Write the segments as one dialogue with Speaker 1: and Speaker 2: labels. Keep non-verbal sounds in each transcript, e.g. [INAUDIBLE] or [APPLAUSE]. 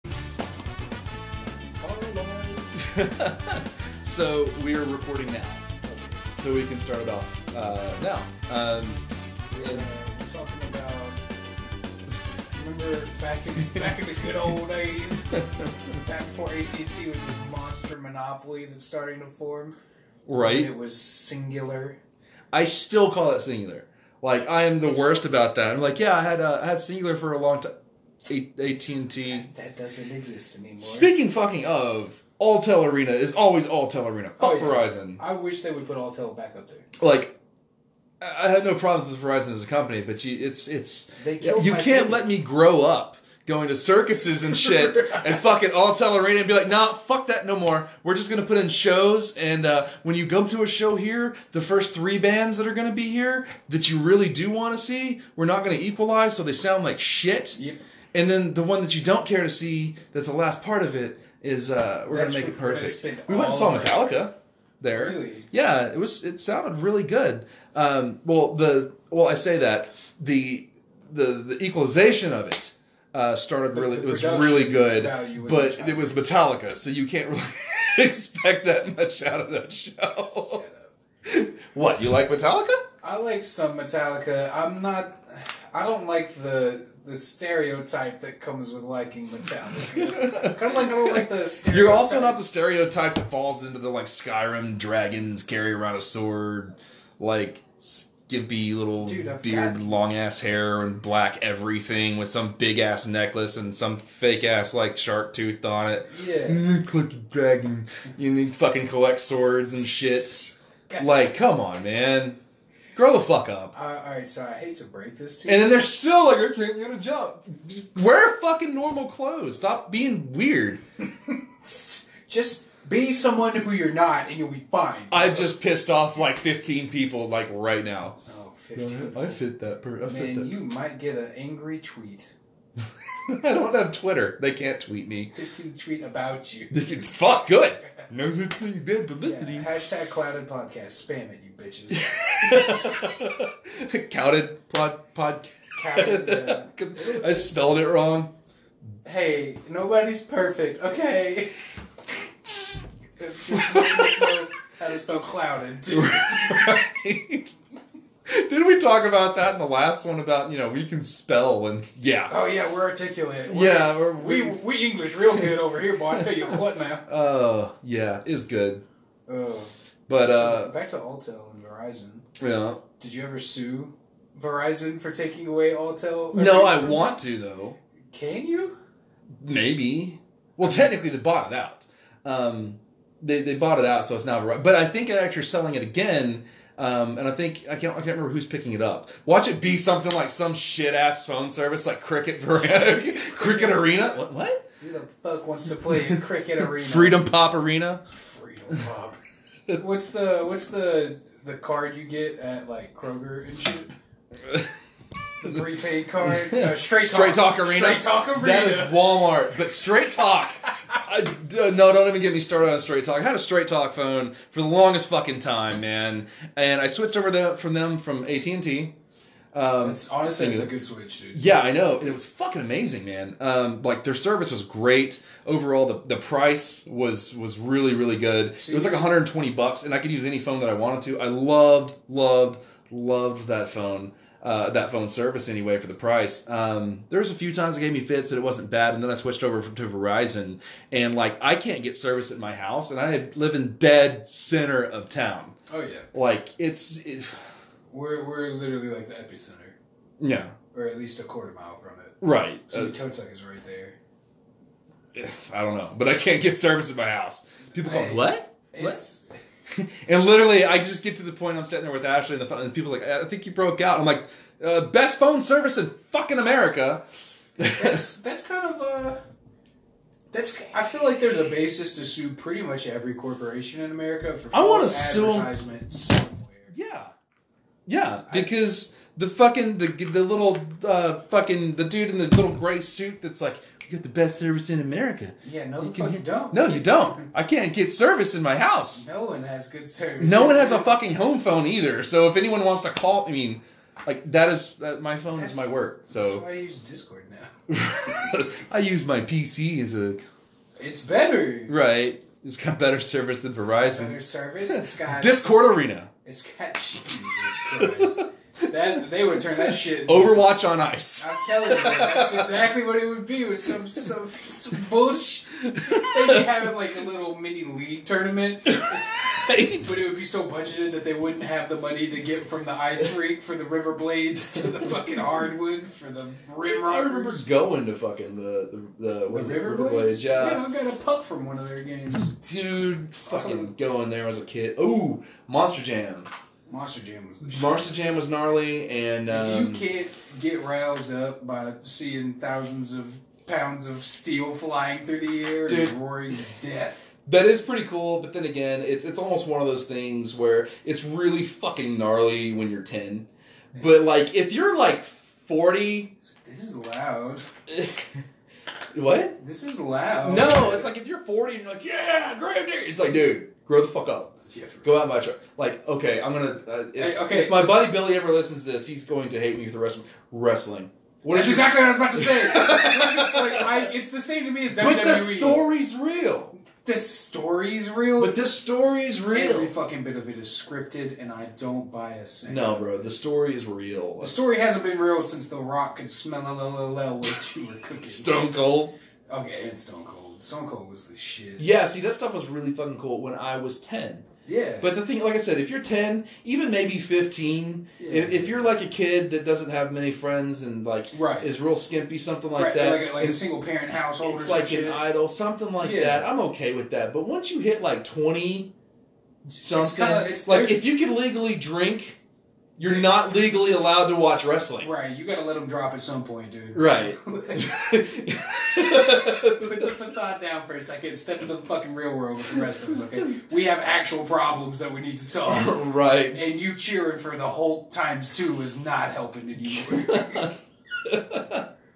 Speaker 1: [LAUGHS] so we are recording now, so we can start it off uh, now.
Speaker 2: [LAUGHS]
Speaker 1: Um,
Speaker 2: We're
Speaker 1: and-
Speaker 2: talking about. Remember back in back in the good old days, back before AT and T was this monster monopoly that's starting to form.
Speaker 1: right?
Speaker 2: It was singular.
Speaker 1: I still call it singular. Like I am the
Speaker 2: It's-
Speaker 1: worst about that. I'm like, yeah, I had uh, I had singular for a long time. AT and T.
Speaker 2: That, that doesn't exist anymore.
Speaker 1: Speaking fucking of, Alltel Arena is always Alltel Arena. Fuck
Speaker 2: Oh, yeah.
Speaker 1: Verizon.
Speaker 2: I wish they would put Alltel back up there.
Speaker 1: Like, I I had no problems with Verizon as a company, but you, it's it's
Speaker 2: They killed
Speaker 1: you
Speaker 2: my
Speaker 1: can't
Speaker 2: favorite.
Speaker 1: let me grow up going to circuses and
Speaker 2: [LAUGHS]
Speaker 1: shit and fucking all tell arena and be like, nah, fuck that no more. We're just gonna put in shows and uh, when you go to a show here, the first three bands that are gonna be here that you really do wanna see, we're not gonna equalize so they sound like shit.
Speaker 2: Yep.
Speaker 1: And then the one that you don't care to see, that's the last part of it, is uh, we're
Speaker 2: That's
Speaker 1: gonna make it
Speaker 2: what we're gonna spend
Speaker 1: perfect. We went and
Speaker 2: all
Speaker 1: saw
Speaker 2: of
Speaker 1: Metallica
Speaker 2: our-
Speaker 1: there.
Speaker 2: Really?
Speaker 1: Yeah, it was. It sounded really good. Um, well, the well, I say that the the the equalization of it uh, started really.
Speaker 2: the
Speaker 1: it was
Speaker 2: production
Speaker 1: really good,
Speaker 2: value was
Speaker 1: but
Speaker 2: Metallica.
Speaker 1: it was Metallica, so you can't really [LAUGHS] expect that much out of that show. What you like Metallica?
Speaker 2: I like some Metallica. I'm not. I don't like the the stereotype that comes with liking
Speaker 1: [LAUGHS]
Speaker 2: Metallica. kind of like I don't like the. Stereotype.
Speaker 1: You're also not the stereotype that falls into the like Skyrim dragons carry around a sword, like skimpy little
Speaker 2: Dude, I've
Speaker 1: beard,
Speaker 2: got-
Speaker 1: long ass hair, and black everything with some big ass necklace and some fake ass like shark tooth on it.
Speaker 2: Yeah.
Speaker 1: You click dragon. You need fucking collect swords and shit. Like, come on, man, grow the fuck up.
Speaker 2: Uh, all right, so I hate to break this to you.
Speaker 1: And then they're still like, I can't get a jump. Wear fucking normal clothes. Stop being weird.
Speaker 2: [LAUGHS] just be someone who you're not, and you'll be fine.
Speaker 1: I've just pissed off like 15 people like right now.
Speaker 2: Oh, 15.
Speaker 1: I fit that per. I fit
Speaker 2: Man,
Speaker 1: that.
Speaker 2: you might get an angry tweet.
Speaker 1: [LAUGHS] I don't have Twitter. They can't tweet me.
Speaker 2: They can tweet about
Speaker 1: [LAUGHS]
Speaker 2: you.
Speaker 1: They can fuck good. No such thing as bad
Speaker 2: Yeah,
Speaker 1: publicity.
Speaker 2: hashtag clouded podcast. Spam it, you
Speaker 1: [LAUGHS]
Speaker 2: bitches.
Speaker 1: Counted pod pod.
Speaker 2: Counted, yeah.
Speaker 1: [LAUGHS] I spelled it wrong.
Speaker 2: uh,
Speaker 1: [LAUGHS]
Speaker 2: hey, nobody's perfect, okay? [LAUGHS] just let us know how to spell clouded, too.
Speaker 1: right. Didn't we talk about that in the last one about you know we can spell and yeah
Speaker 2: Oh, yeah, we're articulate. We're-
Speaker 1: yeah or
Speaker 2: We,
Speaker 1: we
Speaker 2: we English real good over here, boy. I tell you what now.
Speaker 1: [LAUGHS] oh yeah is good
Speaker 2: Oh.
Speaker 1: but
Speaker 2: So,
Speaker 1: uh
Speaker 2: back to Altel and Verizon.
Speaker 1: yeah
Speaker 2: Did you ever sue Verizon for taking away Altel?
Speaker 1: no I want to though
Speaker 2: Can you?
Speaker 1: Maybe. Well, technically, they bought it out. Um, they, they bought it out, so it's now right. But I think they're actually selling it again. Um, and I think I can't I can't remember who's picking it up. Watch it be something like some shit ass phone service like Cricket [LAUGHS] Verena, Cricket Arena. What? What?
Speaker 2: Who the fuck wants to play in cricket arena?
Speaker 1: [LAUGHS] Freedom Pop Arena.
Speaker 2: Freedom Bob. what's the what's the the card you get at like Kroger and shit? The prepaid
Speaker 1: [LAUGHS]
Speaker 2: card, uh, straight talk,
Speaker 1: Straight Talk Arena.
Speaker 2: straight talk arena.
Speaker 1: That is Walmart, but Straight Talk. I, d- uh, no, don't even get me started on Straight Talk. I had a Straight Talk phone for the longest fucking time, man, and I switched over to, from them from AT and T. Um,
Speaker 2: It's honestly it's a good switch, dude.
Speaker 1: yeah, I know, and it was fucking amazing, man. Um, like their service was great overall. The, the price was was really really good. It was like 120 bucks, and I could use any phone that I wanted to. I loved loved loved that phone. Uh, that phone service anyway for the price. Um, there was a few times it gave me fits, but it wasn't bad. And then I switched over to Verizon, and like I can't get service at my house, and I live in dead center of town.
Speaker 2: Oh yeah,
Speaker 1: Like it's, it,
Speaker 2: we're we're literally like the epicenter,
Speaker 1: yeah,
Speaker 2: or at least a quarter mile from it.
Speaker 1: right.
Speaker 2: So
Speaker 1: Uh,
Speaker 2: your toe tuck is right there.
Speaker 1: [SIGHS] I don't know, but I can't get service at my house. People go,
Speaker 2: Hey.
Speaker 1: what? [LAUGHS] What?
Speaker 2: It's
Speaker 1: And literally, I just get to the point I'm sitting there with Ashley and the phone, and people are like, I think you broke out. I'm like, uh, best phone service in fucking America. [LAUGHS]
Speaker 2: that's that's kind of uh that's I feel like there's a basis to sue pretty much every corporation in America for
Speaker 1: I wanna
Speaker 2: false
Speaker 1: sue 'em.
Speaker 2: advertisement somewhere.
Speaker 1: yeah, yeah, because the fucking the the little uh, fucking the dude in the little gray suit that's like, you got the best service in America.
Speaker 2: Yeah, no, the
Speaker 1: can
Speaker 2: fuck you
Speaker 1: hear-
Speaker 2: don't.
Speaker 1: No, you don't. I can't get service in my house.
Speaker 2: No one has good service.
Speaker 1: No one has a
Speaker 2: It's-
Speaker 1: fucking home phone either. So if anyone wants to call, I mean, like that is that my phone is
Speaker 2: That's-
Speaker 1: my work.
Speaker 2: That's
Speaker 1: So
Speaker 2: why I use Discord now.
Speaker 1: [LAUGHS] I use my PC as a
Speaker 2: It's better.
Speaker 1: right. It's got better service than
Speaker 2: It's got
Speaker 1: Verizon.
Speaker 2: better service. It's got.
Speaker 1: Discord Arena,
Speaker 2: it's got. Jesus Christ. That they would turn that shit. into
Speaker 1: Overwatch
Speaker 2: [LAUGHS]
Speaker 1: on ice.
Speaker 2: I'm telling you, that's exactly what it would be with some some, some bullsh. They'd be having like a little mini league tournament, but it would be so budgeted that they wouldn't have the money to get from the [LAUGHS] ice rink for the river blades to the fucking hardwood for the rim
Speaker 1: I remember
Speaker 2: rockers.
Speaker 1: going to fucking the the, the,
Speaker 2: The
Speaker 1: what is it,
Speaker 2: river
Speaker 1: Riverblades,
Speaker 2: blades.
Speaker 1: yeah.
Speaker 2: I got a puck from one of their games.
Speaker 1: Dude, fucking
Speaker 2: Also-
Speaker 1: going there as a kid. Ooh, Monster Jam.
Speaker 2: Monster Jam was. The shit.
Speaker 1: Monster Jam was gnarly, and
Speaker 2: if you
Speaker 1: um,
Speaker 2: can't get roused up by seeing thousands of pounds of steel flying through the air
Speaker 1: Dude.
Speaker 2: and roaring death.
Speaker 1: that is pretty cool. But then again, it's it's almost one of those things where it's really fucking gnarly when you're ten, but like if you're like
Speaker 2: [LAUGHS]
Speaker 1: forty,
Speaker 2: This is loud.
Speaker 1: what?
Speaker 2: This is loud.
Speaker 1: No, it's like if you're forty and you're like, yeah, grave digger. It's like, dude, grow the fuck up.
Speaker 2: Yeah, for-
Speaker 1: Go out my truck. Like, okay, I'm gonna. Uh, if,
Speaker 2: Hey, okay.
Speaker 1: if my buddy Billy ever listens to this, he's going to hate me for the rest of wrestling. What
Speaker 2: That's
Speaker 1: did you-
Speaker 2: exactly what I was about to say. it's, [LAUGHS] like, I, it's the same to me as E. WWE.
Speaker 1: But the story's real.
Speaker 2: The story's real.
Speaker 1: But the story's
Speaker 2: Every
Speaker 1: real.
Speaker 2: fucking bit of it is scripted, and I don't buy a single.
Speaker 1: No, bro, the story is real.
Speaker 2: The story hasn't been real since The Rock could smell a la la la what you were cooking.
Speaker 1: [LAUGHS] Stone Cold.
Speaker 2: Okay, and Stone Cold. Stone Cold was the shit.
Speaker 1: Yeah, see, that stuff was really fucking cool when I was 10.
Speaker 2: Yeah.
Speaker 1: But the thing, like I said, if you're 10, even maybe 15,
Speaker 2: Yeah.
Speaker 1: if, if you're like a kid that doesn't have many friends and like
Speaker 2: Right.
Speaker 1: is real skimpy, something like
Speaker 2: right,
Speaker 1: that,
Speaker 2: like, a, like a
Speaker 1: it's,
Speaker 2: single parent household or
Speaker 1: it's
Speaker 2: some
Speaker 1: like
Speaker 2: shit.
Speaker 1: an idol, something like
Speaker 2: Yeah.
Speaker 1: that, I'm okay with that. But once you hit like 20 something,
Speaker 2: kinda- it's-
Speaker 1: like
Speaker 2: there's-
Speaker 1: if you can legally drink, you're not legally allowed to watch wrestling.
Speaker 2: right, you gotta let them drop at some point, dude. [LAUGHS]
Speaker 1: Right. [LAUGHS]
Speaker 2: Put the facade down for a second. Step into the fucking real world with the rest of us, okay? We have actual problems that we need to
Speaker 1: [LAUGHS]
Speaker 2: solve. [LAUGHS]
Speaker 1: right.
Speaker 2: And you cheering for the Hulk times two is not helping anymore. [LAUGHS]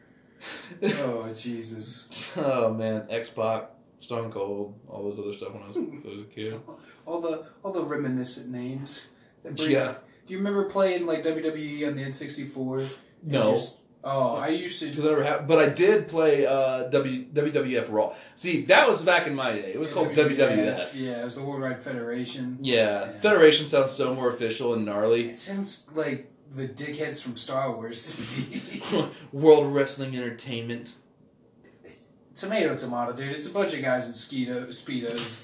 Speaker 2: oh, Jesus.
Speaker 1: [LAUGHS] oh man, X Pac, Stone Cold, all those other stuff when I was, was a [LAUGHS] kid.
Speaker 2: All the all the reminiscent names. that bring-
Speaker 1: Yeah.
Speaker 2: Do you remember playing like WWE on the N64? And
Speaker 1: No.
Speaker 2: just- oh, I used to.
Speaker 1: Because I never have, but I did play uh, w, WWF Raw. See, that was back in my day. It was called WWF.
Speaker 2: E. Yeah, it was the Worldwide Federation.
Speaker 1: Yeah, Federation sounds so more official and gnarly. [LAUGHS]
Speaker 2: It sounds like the dickheads from Star Wars to me. [LAUGHS]
Speaker 1: World Wrestling Entertainment. [LAUGHS]
Speaker 2: tomato, tomato, dude. It's a bunch of guys in skeeto, speedos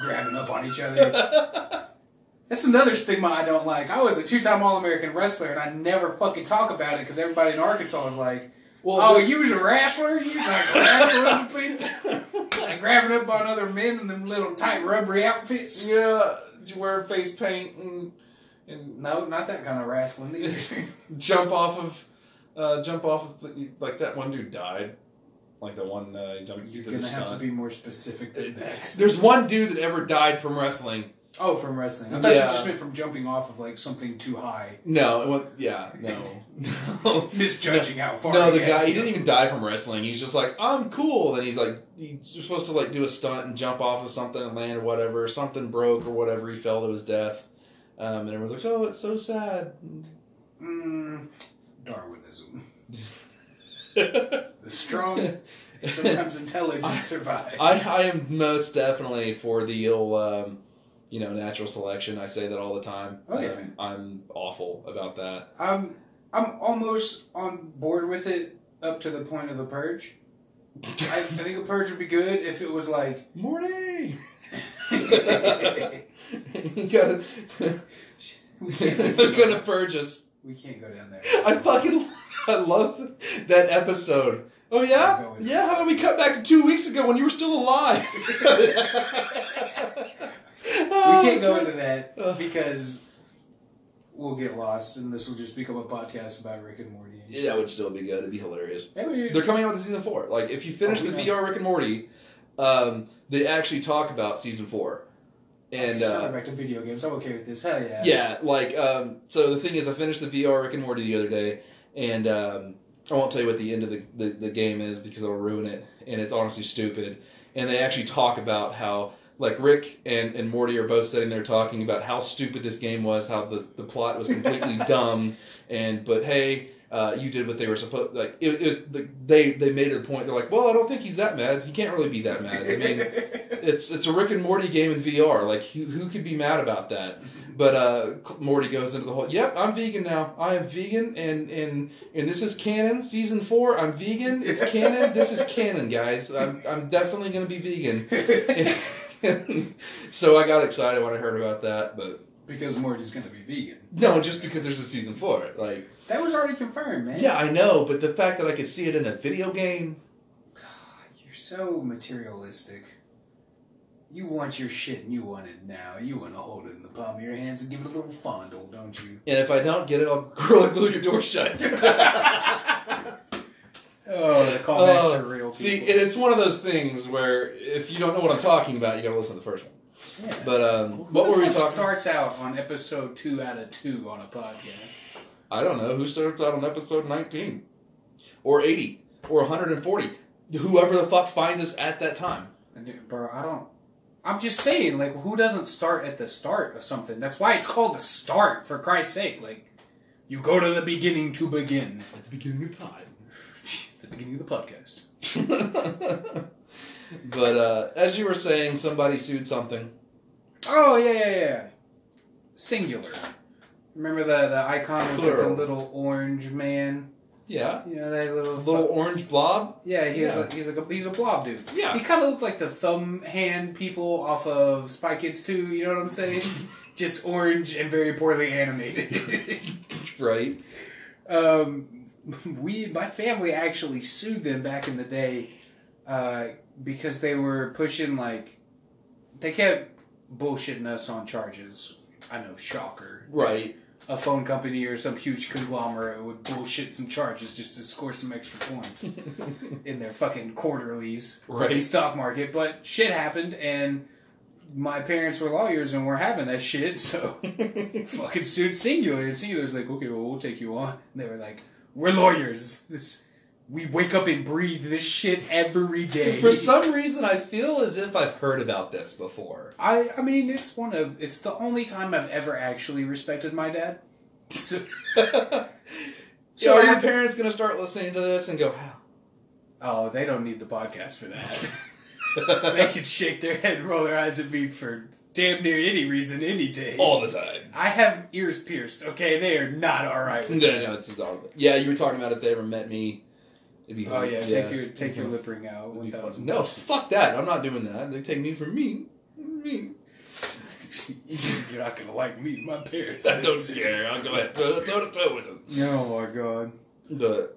Speaker 2: grabbing up on each other. That's another stigma I don't like. I was a two-time All-American wrestler, and I never fucking talk about it because everybody in Arkansas was like,
Speaker 1: Well,
Speaker 2: "Oh, you was a wrestler? You like a wrestler? you people? [LAUGHS]
Speaker 1: [LAUGHS]
Speaker 2: Like grabbing up on other men in them little tight rubbery outfits?"
Speaker 1: yeah, you wear face paint and, and
Speaker 2: No, not that kind of wrestling either. [LAUGHS]
Speaker 1: jump off of, uh, jump off of like that one dude died, like the one uh, jumped
Speaker 2: You're
Speaker 1: through the
Speaker 2: gonna have to
Speaker 1: stunt.
Speaker 2: be more specific than that.
Speaker 1: There's one dude that ever died from wrestling.
Speaker 2: Oh, from wrestling. I thought
Speaker 1: Yeah.
Speaker 2: you just meant from jumping off of like something too high,
Speaker 1: No, it wa- yeah, no.
Speaker 2: [LAUGHS] misjudging how far.
Speaker 1: [LAUGHS] No, the
Speaker 2: had to
Speaker 1: guy he didn't
Speaker 2: jump.
Speaker 1: even die from wrestling. He's just like, I'm cool. Then he's like, he's supposed to like do a stunt and jump off of something and land or whatever. Something broke or whatever. He fell to his death. Um, and everyone's like, oh, it's so sad.
Speaker 2: Mm, Darwinism. The
Speaker 1: [LAUGHS]
Speaker 2: strong and sometimes intelligent survive.
Speaker 1: I, I am most definitely for the ill, um, you know, natural selection. I say that all the time.
Speaker 2: Oh, yeah.
Speaker 1: Um, I'm awful about that.
Speaker 2: I'm I'm almost on board with it up to the point of the purge. I, I think a purge would be good if it was like [LAUGHS]
Speaker 1: [LAUGHS] Morning. you gotta,
Speaker 2: we can't,
Speaker 1: they're gonna purge us.
Speaker 2: we can't go down there.
Speaker 1: I fucking I love that episode. Oh yeah, yeah. How about we cut back to two weeks ago when you were still alive?
Speaker 2: [LAUGHS]
Speaker 1: we
Speaker 2: we
Speaker 1: can't
Speaker 2: can't go into that because we'll get lost and this will just become a podcast about Rick and Morty. And shit.
Speaker 1: that would still be good. It'd be hilarious.
Speaker 2: Hey, we-
Speaker 1: They're coming out with season four. Like if you finish
Speaker 2: Oh, we
Speaker 1: the
Speaker 2: know.
Speaker 1: VR Rick and Morty, um, they actually talk about season four. And
Speaker 2: Just
Speaker 1: uh,
Speaker 2: going back to video games. I'm okay with this. Hell yeah.
Speaker 1: Yeah, like um, so. The thing is, I finished the VR Rick and Morty the other day, and um, I won't tell you what the end of the, the, the game is because it'll ruin it, and it's honestly stupid. And they actually talk about how like Rick and, and Morty are both sitting there talking about how stupid this game was, how the, the plot was completely dumb, and but hey, uh, you did what they were supposed like. It, it, like, they they made their point. They're like, well, I don't think he's that mad. He can't really be that mad. I [LAUGHS] mean, it's it's a Rick and Morty game in VR. Like, who, who could be mad about that? But uh, Morty goes into the whole. Yep, I'm vegan now. I am vegan, and and and this is canon. Season four, I'm vegan. It's canon. this is canon, guys. I'm I'm definitely gonna be vegan. [LAUGHS] And- so I got excited when I heard about that, but
Speaker 2: [LAUGHS] because Morty's gonna be vegan.
Speaker 1: no, just because there's a season four, like.
Speaker 2: That was already confirmed, man.
Speaker 1: Yeah, I know, but the fact that I could see it in a video game.
Speaker 2: God, you're so materialistic. You want your shit and you want it now. You want to hold it in the palm of your hands and give it a little fondle, don't you?
Speaker 1: And if I don't get it, I'll [LAUGHS] gorilla glue your door shut. [LAUGHS]
Speaker 2: Oh, the callbacks
Speaker 1: Oh,
Speaker 2: are real. People.
Speaker 1: See, and it's one of those things where if you don't know what I'm talking about, you gotta listen to the first one.
Speaker 2: Yeah.
Speaker 1: But um,
Speaker 2: Who
Speaker 1: what
Speaker 2: the
Speaker 1: were we
Speaker 2: fuck
Speaker 1: talking?
Speaker 2: Starts out on episode two out of two on a podcast.
Speaker 1: I don't know who starts out on episode 19, or 80, or 140. Whoever the fuck finds us at that time.
Speaker 2: Dude, Bro, I don't. I'm just saying, like, who doesn't start at the start of something? That's why it's called the start, for Christ's sake. Like, you go to the beginning to begin. [LAUGHS]
Speaker 1: At the beginning of time. [LAUGHS]
Speaker 2: the beginning of the podcast.
Speaker 1: but uh, as you were saying, somebody sued something.
Speaker 2: Oh yeah, yeah, yeah. Singular. Remember the the icon was like the
Speaker 1: Plural.
Speaker 2: little orange man.
Speaker 1: Yeah,
Speaker 2: You know that little
Speaker 1: a little orange blob.
Speaker 2: Yeah, he was
Speaker 1: Yeah.
Speaker 2: like he's like a, he's a blob dude.
Speaker 1: Yeah.
Speaker 2: He kind of looked like the thumb hand people off of Spy Kids 2, You know what I'm
Speaker 1: [LAUGHS]
Speaker 2: saying? Just orange and very poorly animated. [LAUGHS]
Speaker 1: Right.
Speaker 2: um, we my family actually sued them back in the day uh, because they were pushing like they kept bullshitting us on charges. I know, shocker.
Speaker 1: Right.
Speaker 2: A phone company or some huge conglomerate would bullshit some charges just to score some extra points in their fucking quarterlies for the
Speaker 1: Right.
Speaker 2: stock market. But shit happened, and my parents were lawyers and were having that shit, [LAUGHS] so fucking sued Singular. And Singular's like, okay, well, we'll take you on. And they were like, we're lawyers. This, we wake up and breathe this shit every day.
Speaker 1: For some reason, I feel as if I've heard about this before.
Speaker 2: I, I mean, it's one of, it's the only time I've ever actually respected my dad. [LAUGHS] So,
Speaker 1: [LAUGHS] So
Speaker 2: I
Speaker 1: are your
Speaker 2: have-
Speaker 1: parents going to start listening to this and go, how?
Speaker 2: oh, they don't need the podcast for that. [LAUGHS] they can shake their head and roll their eyes at me for damn near any reason, any day.
Speaker 1: [LAUGHS] All the time.
Speaker 2: I have ears pierced, okay? They are not alright
Speaker 1: No,
Speaker 2: with
Speaker 1: no, it's just all Yeah, you were talking about if they ever met me. It'd be
Speaker 2: Oh yeah, take your take your lip
Speaker 1: It'd
Speaker 2: ring out.
Speaker 1: Mm-hmm.
Speaker 2: One
Speaker 1: be fun.
Speaker 2: thousand.
Speaker 1: No, fuck that. I'm not doing that. They take me for me. Me.
Speaker 2: [LAUGHS] you're not gonna like me. My parents.
Speaker 1: I don't care. I'll go ahead toe to toe with them.
Speaker 2: Oh my god.
Speaker 1: But,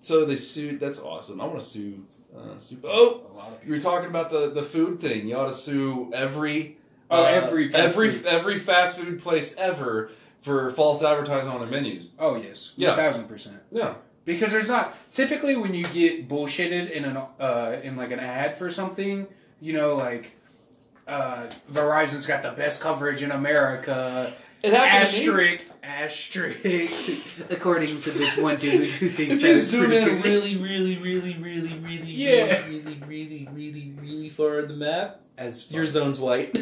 Speaker 1: so they sued. That's awesome. I want to sue. Uh, sue. Oh!
Speaker 2: A lot of
Speaker 1: You were
Speaker 2: people.
Speaker 1: talking about the, the food thing. You ought to sue every
Speaker 2: Oh, every fast
Speaker 1: Uh, every
Speaker 2: food.
Speaker 1: every fast food place ever for false advertising on their menus.
Speaker 2: Oh yes.
Speaker 1: Yeah.
Speaker 2: One thousand percent.
Speaker 1: Yeah,
Speaker 2: Because there's not typically when you get bullshitted in an uh, in like an ad for something, you know, like uh, Verizon's got the best coverage in America.
Speaker 1: it happened. to me.
Speaker 2: Asterisk, asterisk. [LAUGHS] According to this one dude who thinks
Speaker 1: If
Speaker 2: that
Speaker 1: you
Speaker 2: is
Speaker 1: zoom
Speaker 2: pretty
Speaker 1: in
Speaker 2: good.
Speaker 1: really, really, really, really, really,
Speaker 2: Yeah.
Speaker 1: really, really, really, really, really far in the map,
Speaker 2: as fuck.
Speaker 1: your zone's white.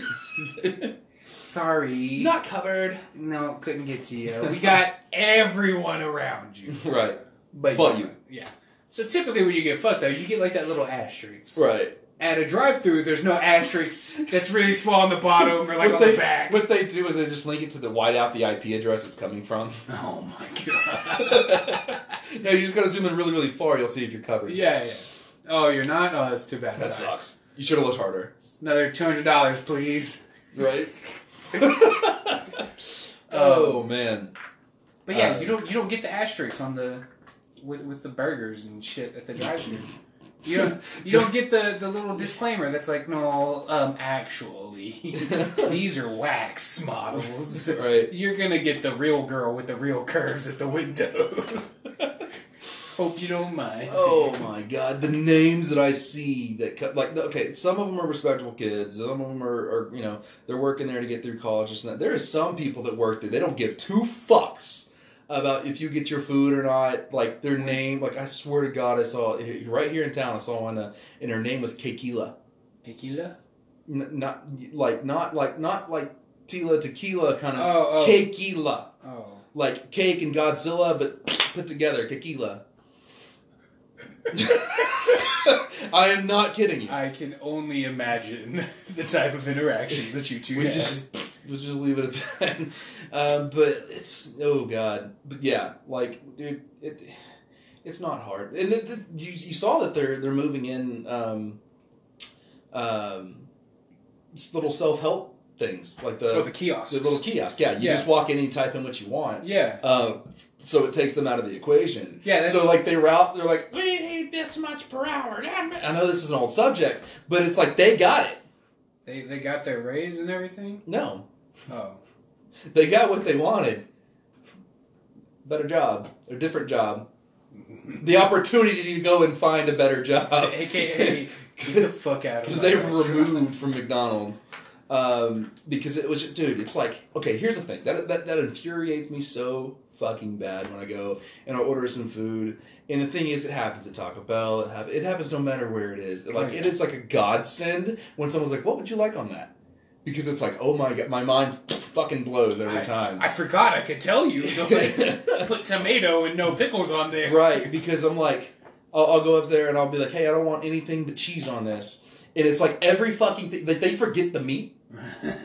Speaker 1: [LAUGHS]
Speaker 2: sorry.
Speaker 1: Not covered.
Speaker 2: No, couldn't get to you. We got everyone around you.
Speaker 1: Right.
Speaker 2: But,
Speaker 1: But you.
Speaker 2: Yeah. So typically when you get fucked though, you get like that little asterisk.
Speaker 1: Right.
Speaker 2: At a drive through there's no asterisk that's really small on the bottom or like on
Speaker 1: what, they,
Speaker 2: the back.
Speaker 1: what they do is they just link it to the white out the IP address it's coming [LAUGHS] from.
Speaker 2: oh my god.
Speaker 1: no, you just gotta zoom in really, really far. You'll see if you're covered.
Speaker 2: yeah, yeah. Oh, you're not? Oh, that's too bad.
Speaker 1: That
Speaker 2: Sorry.
Speaker 1: sucks. You should have looked harder.
Speaker 2: Another two hundred dollars, please.
Speaker 1: [LAUGHS] Right. Um, oh man.
Speaker 2: But yeah,
Speaker 1: Uh,
Speaker 2: you don't you don't get the asterisks on the with with the burgers and shit at the
Speaker 1: [LAUGHS]
Speaker 2: drive-thru. You don't you don't get the the little disclaimer that's like, no, um, actually, [LAUGHS] these are wax models.
Speaker 1: Right.
Speaker 2: You're gonna get the real girl with the real curves at the window. [LAUGHS] Hope you don't mind.
Speaker 1: Oh my god, the names that I see that co- like okay, some of them are respectable kids, some of them are, are you know they're working there to get through college. And that. There are some people that work there; they don't give two fucks about if you get your food or not. Like their name, like I swear to God, I saw right here in town. I saw one, uh, and her name was Kekila.
Speaker 2: Tequila?
Speaker 1: N- not like not like not like Tila tequila kind of
Speaker 2: Oh, oh.
Speaker 1: Kekila,
Speaker 2: Oh. [LAUGHS]
Speaker 1: like cake and Godzilla, but put together tequila. [LAUGHS] I am not kidding you.
Speaker 2: I can only imagine [LAUGHS] the type of interactions that you two
Speaker 1: We
Speaker 2: had.
Speaker 1: just we'll just leave it at that. [LAUGHS] Uh, but it's oh god, but yeah, like dude, it it's not hard. And the, the, you you saw that they're they're moving in um um s- little self help things like the
Speaker 2: oh, the kiosks.
Speaker 1: the little kiosk. Yeah, you
Speaker 2: Yeah.
Speaker 1: just walk in and you type in what you want.
Speaker 2: yeah.
Speaker 1: Uh, so it takes them out of the equation.
Speaker 2: Yeah, that's-
Speaker 1: so like they route, they're like, we need this much per hour. I know this is an old subject, but it's like they got it.
Speaker 2: They, they got their raise and everything?
Speaker 1: No,
Speaker 2: Oh.
Speaker 1: They got what they wanted. Better job, or different job. The opportunity to go and find a better job. [LAUGHS]
Speaker 2: AKA, get the fuck out of
Speaker 1: Because
Speaker 2: my
Speaker 1: Uh, they were
Speaker 2: restaurant.
Speaker 1: removed from McDonald's. Um, because it was, dude, it's like, okay, here's the thing. That, that, that infuriates me so fucking bad when I go and I order some food. And the thing is, it happens at Taco Bell. It, hap- it happens no matter where it is. Like,
Speaker 2: Right.
Speaker 1: it is like a godsend when someone's like, what would you like on that? Because it's like, oh my god, my mind fucking blows every
Speaker 2: I-
Speaker 1: time.
Speaker 2: I, forgot I could tell you
Speaker 1: [LAUGHS]
Speaker 2: to like put tomato and no pickles on there.
Speaker 1: Right, [LAUGHS] because I'm like, I'll, I'll go up there and I'll be like, hey, I don't want anything but cheese on this. And it's like every fucking thing, like they forget
Speaker 2: [LAUGHS]
Speaker 1: the meat,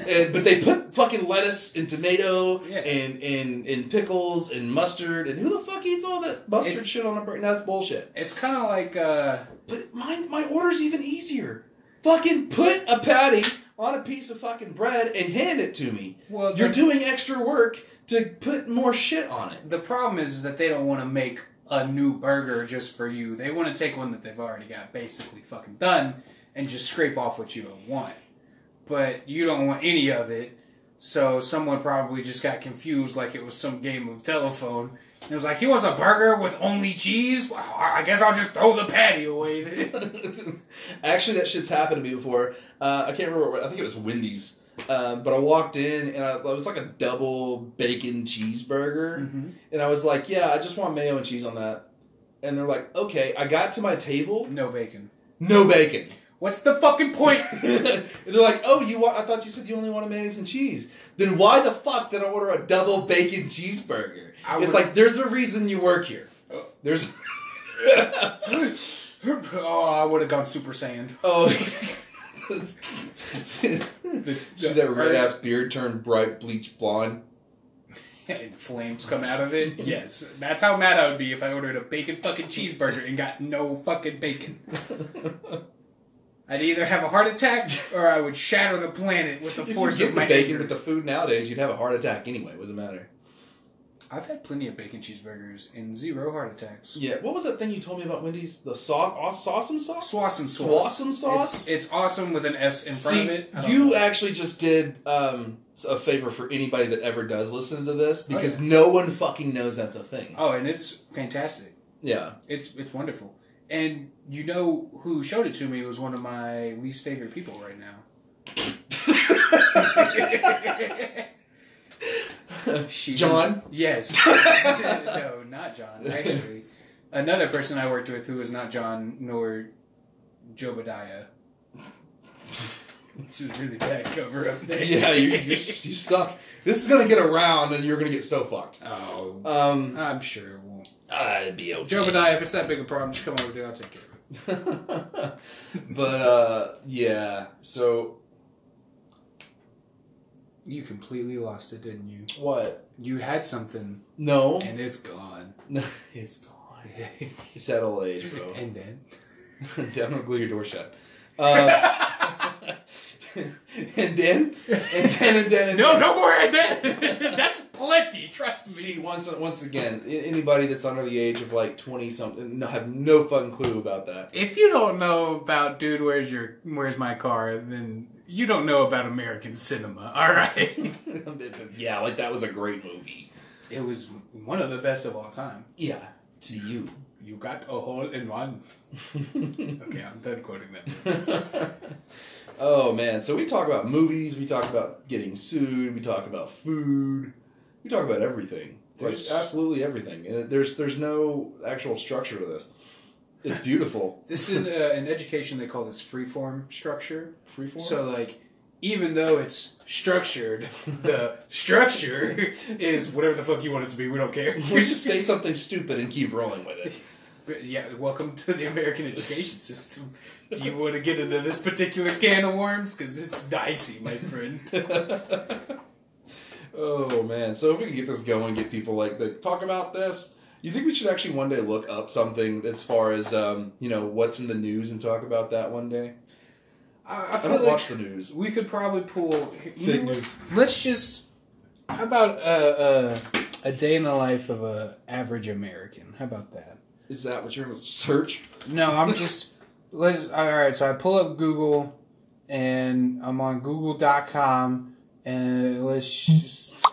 Speaker 1: and, but they put fucking lettuce and tomato
Speaker 2: Yeah.
Speaker 1: and, and and pickles and mustard. And who the fuck eats all that mustard
Speaker 2: It's-
Speaker 1: shit on a burger? That's bullshit.
Speaker 2: It's kind of like uh,
Speaker 1: But mine, my order's even easier. Fucking put a patty on a piece of fucking bread and hand it to me.
Speaker 2: well,
Speaker 1: You're
Speaker 2: the,
Speaker 1: doing extra work to put more shit on it.
Speaker 2: the problem is that they don't want to make a new burger just for you. They want to take one that they've already got basically fucking done and just scrape off what you don't want. But you don't want any of it. So someone probably just got confused, like it was some game of telephone. It was like he wants a burger with only cheese. Well, I guess I'll just throw the patty away. then."
Speaker 1: [LAUGHS] Actually, that shit's happened to me before. Uh, I can't remember. what- I think it was Wendy's. Um, but I walked in and I, it was like a double bacon cheeseburger,
Speaker 2: Mm-hmm.
Speaker 1: and I was like, "Yeah, I just want mayo and cheese on that." And they're like, "Okay." I got to my table,
Speaker 2: No bacon.
Speaker 1: no bacon. [LAUGHS]
Speaker 2: What's the fucking point?
Speaker 1: And they're like, "Oh, you want? I thought you said you only wanted mayonnaise and cheese. Then why the fuck did I order a double bacon cheeseburger?"
Speaker 2: I
Speaker 1: it's
Speaker 2: would-
Speaker 1: like there's a reason you work here. There's
Speaker 2: [LAUGHS]
Speaker 1: [LAUGHS]
Speaker 2: oh, I would have gone Super Saiyan. [LAUGHS]
Speaker 1: oh.
Speaker 2: The,
Speaker 1: See
Speaker 2: the
Speaker 1: that red
Speaker 2: burger-
Speaker 1: ass beard turn bright bleach blonde?
Speaker 2: and flames come out of
Speaker 1: [LAUGHS]
Speaker 2: it. Yes, that's how mad I would be if I ordered a bacon fucking cheeseburger and got no fucking bacon. I'd either have a heart attack or I would shatter the planet with the
Speaker 1: If
Speaker 2: force
Speaker 1: you
Speaker 2: of
Speaker 1: get the
Speaker 2: my
Speaker 1: bacon
Speaker 2: anger.
Speaker 1: with the food nowadays, you'd have a heart attack anyway. What's the matter?
Speaker 2: I've had plenty of bacon cheeseburgers and zero heart attacks.
Speaker 1: Yeah. What was that thing you told me about Wendy's? The sauce, awesome sauce,
Speaker 2: Swassum sauce.
Speaker 1: Swassum sauce.
Speaker 2: It's, it's awesome with an S in front of
Speaker 1: See,
Speaker 2: it. I don't
Speaker 1: you
Speaker 2: know.
Speaker 1: actually just did um, a favor for anybody that ever does listen to this
Speaker 2: Oh,
Speaker 1: because no one fucking knows that's a thing.
Speaker 2: oh, and it's fantastic. [LAUGHS]
Speaker 1: Yeah. [LAUGHS]
Speaker 2: It's it's wonderful. And you know who showed it to me was one of my least favorite people right now. [LAUGHS] she
Speaker 1: John?
Speaker 2: [LAUGHS] Yes. no, not John. Actually, another person I worked with who was not John nor Jobadiah. This is a really bad cover up [LAUGHS] there.
Speaker 1: [LAUGHS] Yeah. You, you, you suck. This is gonna get around, and you're gonna get so fucked.
Speaker 2: Oh,
Speaker 1: Um,
Speaker 2: I'm sure it won't.
Speaker 1: I'd be okay.
Speaker 2: Jobadiah, if it's that big a problem, just come over there. I'll take care of it.
Speaker 1: [LAUGHS] but uh, yeah. So
Speaker 2: You completely lost it, didn't you?
Speaker 1: what?
Speaker 2: You had something
Speaker 1: No.
Speaker 2: and it's gone.
Speaker 1: No, [LAUGHS] it's gone. It's that old age, bro.
Speaker 2: [LAUGHS] and then
Speaker 1: [LAUGHS] Definitely glue your door shut. Uh, [LAUGHS] and then, and then, and then, and then.
Speaker 2: no more and then. [LAUGHS] That's plenty. Trust
Speaker 1: See, once once again, a- anybody that's under the age of like twenty something, no, have no fucking clue about that. [LAUGHS]
Speaker 2: If you don't know about dude, where's your where's my car? Then you don't know about American cinema. [LAUGHS] All right.
Speaker 1: yeah, like that was a great movie.
Speaker 2: it was one of the best of all time.
Speaker 1: Yeah, to you.
Speaker 2: You got a hole in one. Okay, I'm done quoting that.
Speaker 1: [LAUGHS] oh man, so we talk about movies, we talk about getting sued, we talk about food, we talk about everything. Like
Speaker 2: There's-
Speaker 1: absolutely everything. And it- there's there's no actual structure to this. It's beautiful.
Speaker 2: This is uh, an education they call this freeform structure.
Speaker 1: Freeform.
Speaker 2: So like even though it's structured, the structure is whatever the fuck you want it to be. We don't care.
Speaker 1: [LAUGHS]
Speaker 2: [LAUGHS]
Speaker 1: We just say something stupid and keep rolling with it.
Speaker 2: But yeah, welcome to the American education system. Do you want to get into this particular can of worms? Because it's dicey, my
Speaker 1: [LAUGHS]
Speaker 2: friend.
Speaker 1: Oh man! So if we can get this going, get people like that talk about this. You think we should actually one day look up something as far as um, you know what's in the news and talk about that one day?
Speaker 2: I, I
Speaker 1: I
Speaker 2: feel
Speaker 1: don't
Speaker 2: like
Speaker 1: watch the news.
Speaker 2: we could probably pull. you
Speaker 1: Fake
Speaker 2: know what?
Speaker 1: news.
Speaker 2: Let's just. How about uh, uh, a day in the life of a average American? How about that?
Speaker 1: Is that what you're gonna search?
Speaker 2: No,
Speaker 1: [LAUGHS]
Speaker 2: I'm just let's all right, so I pull up Google and I'm on google.com and let's just um,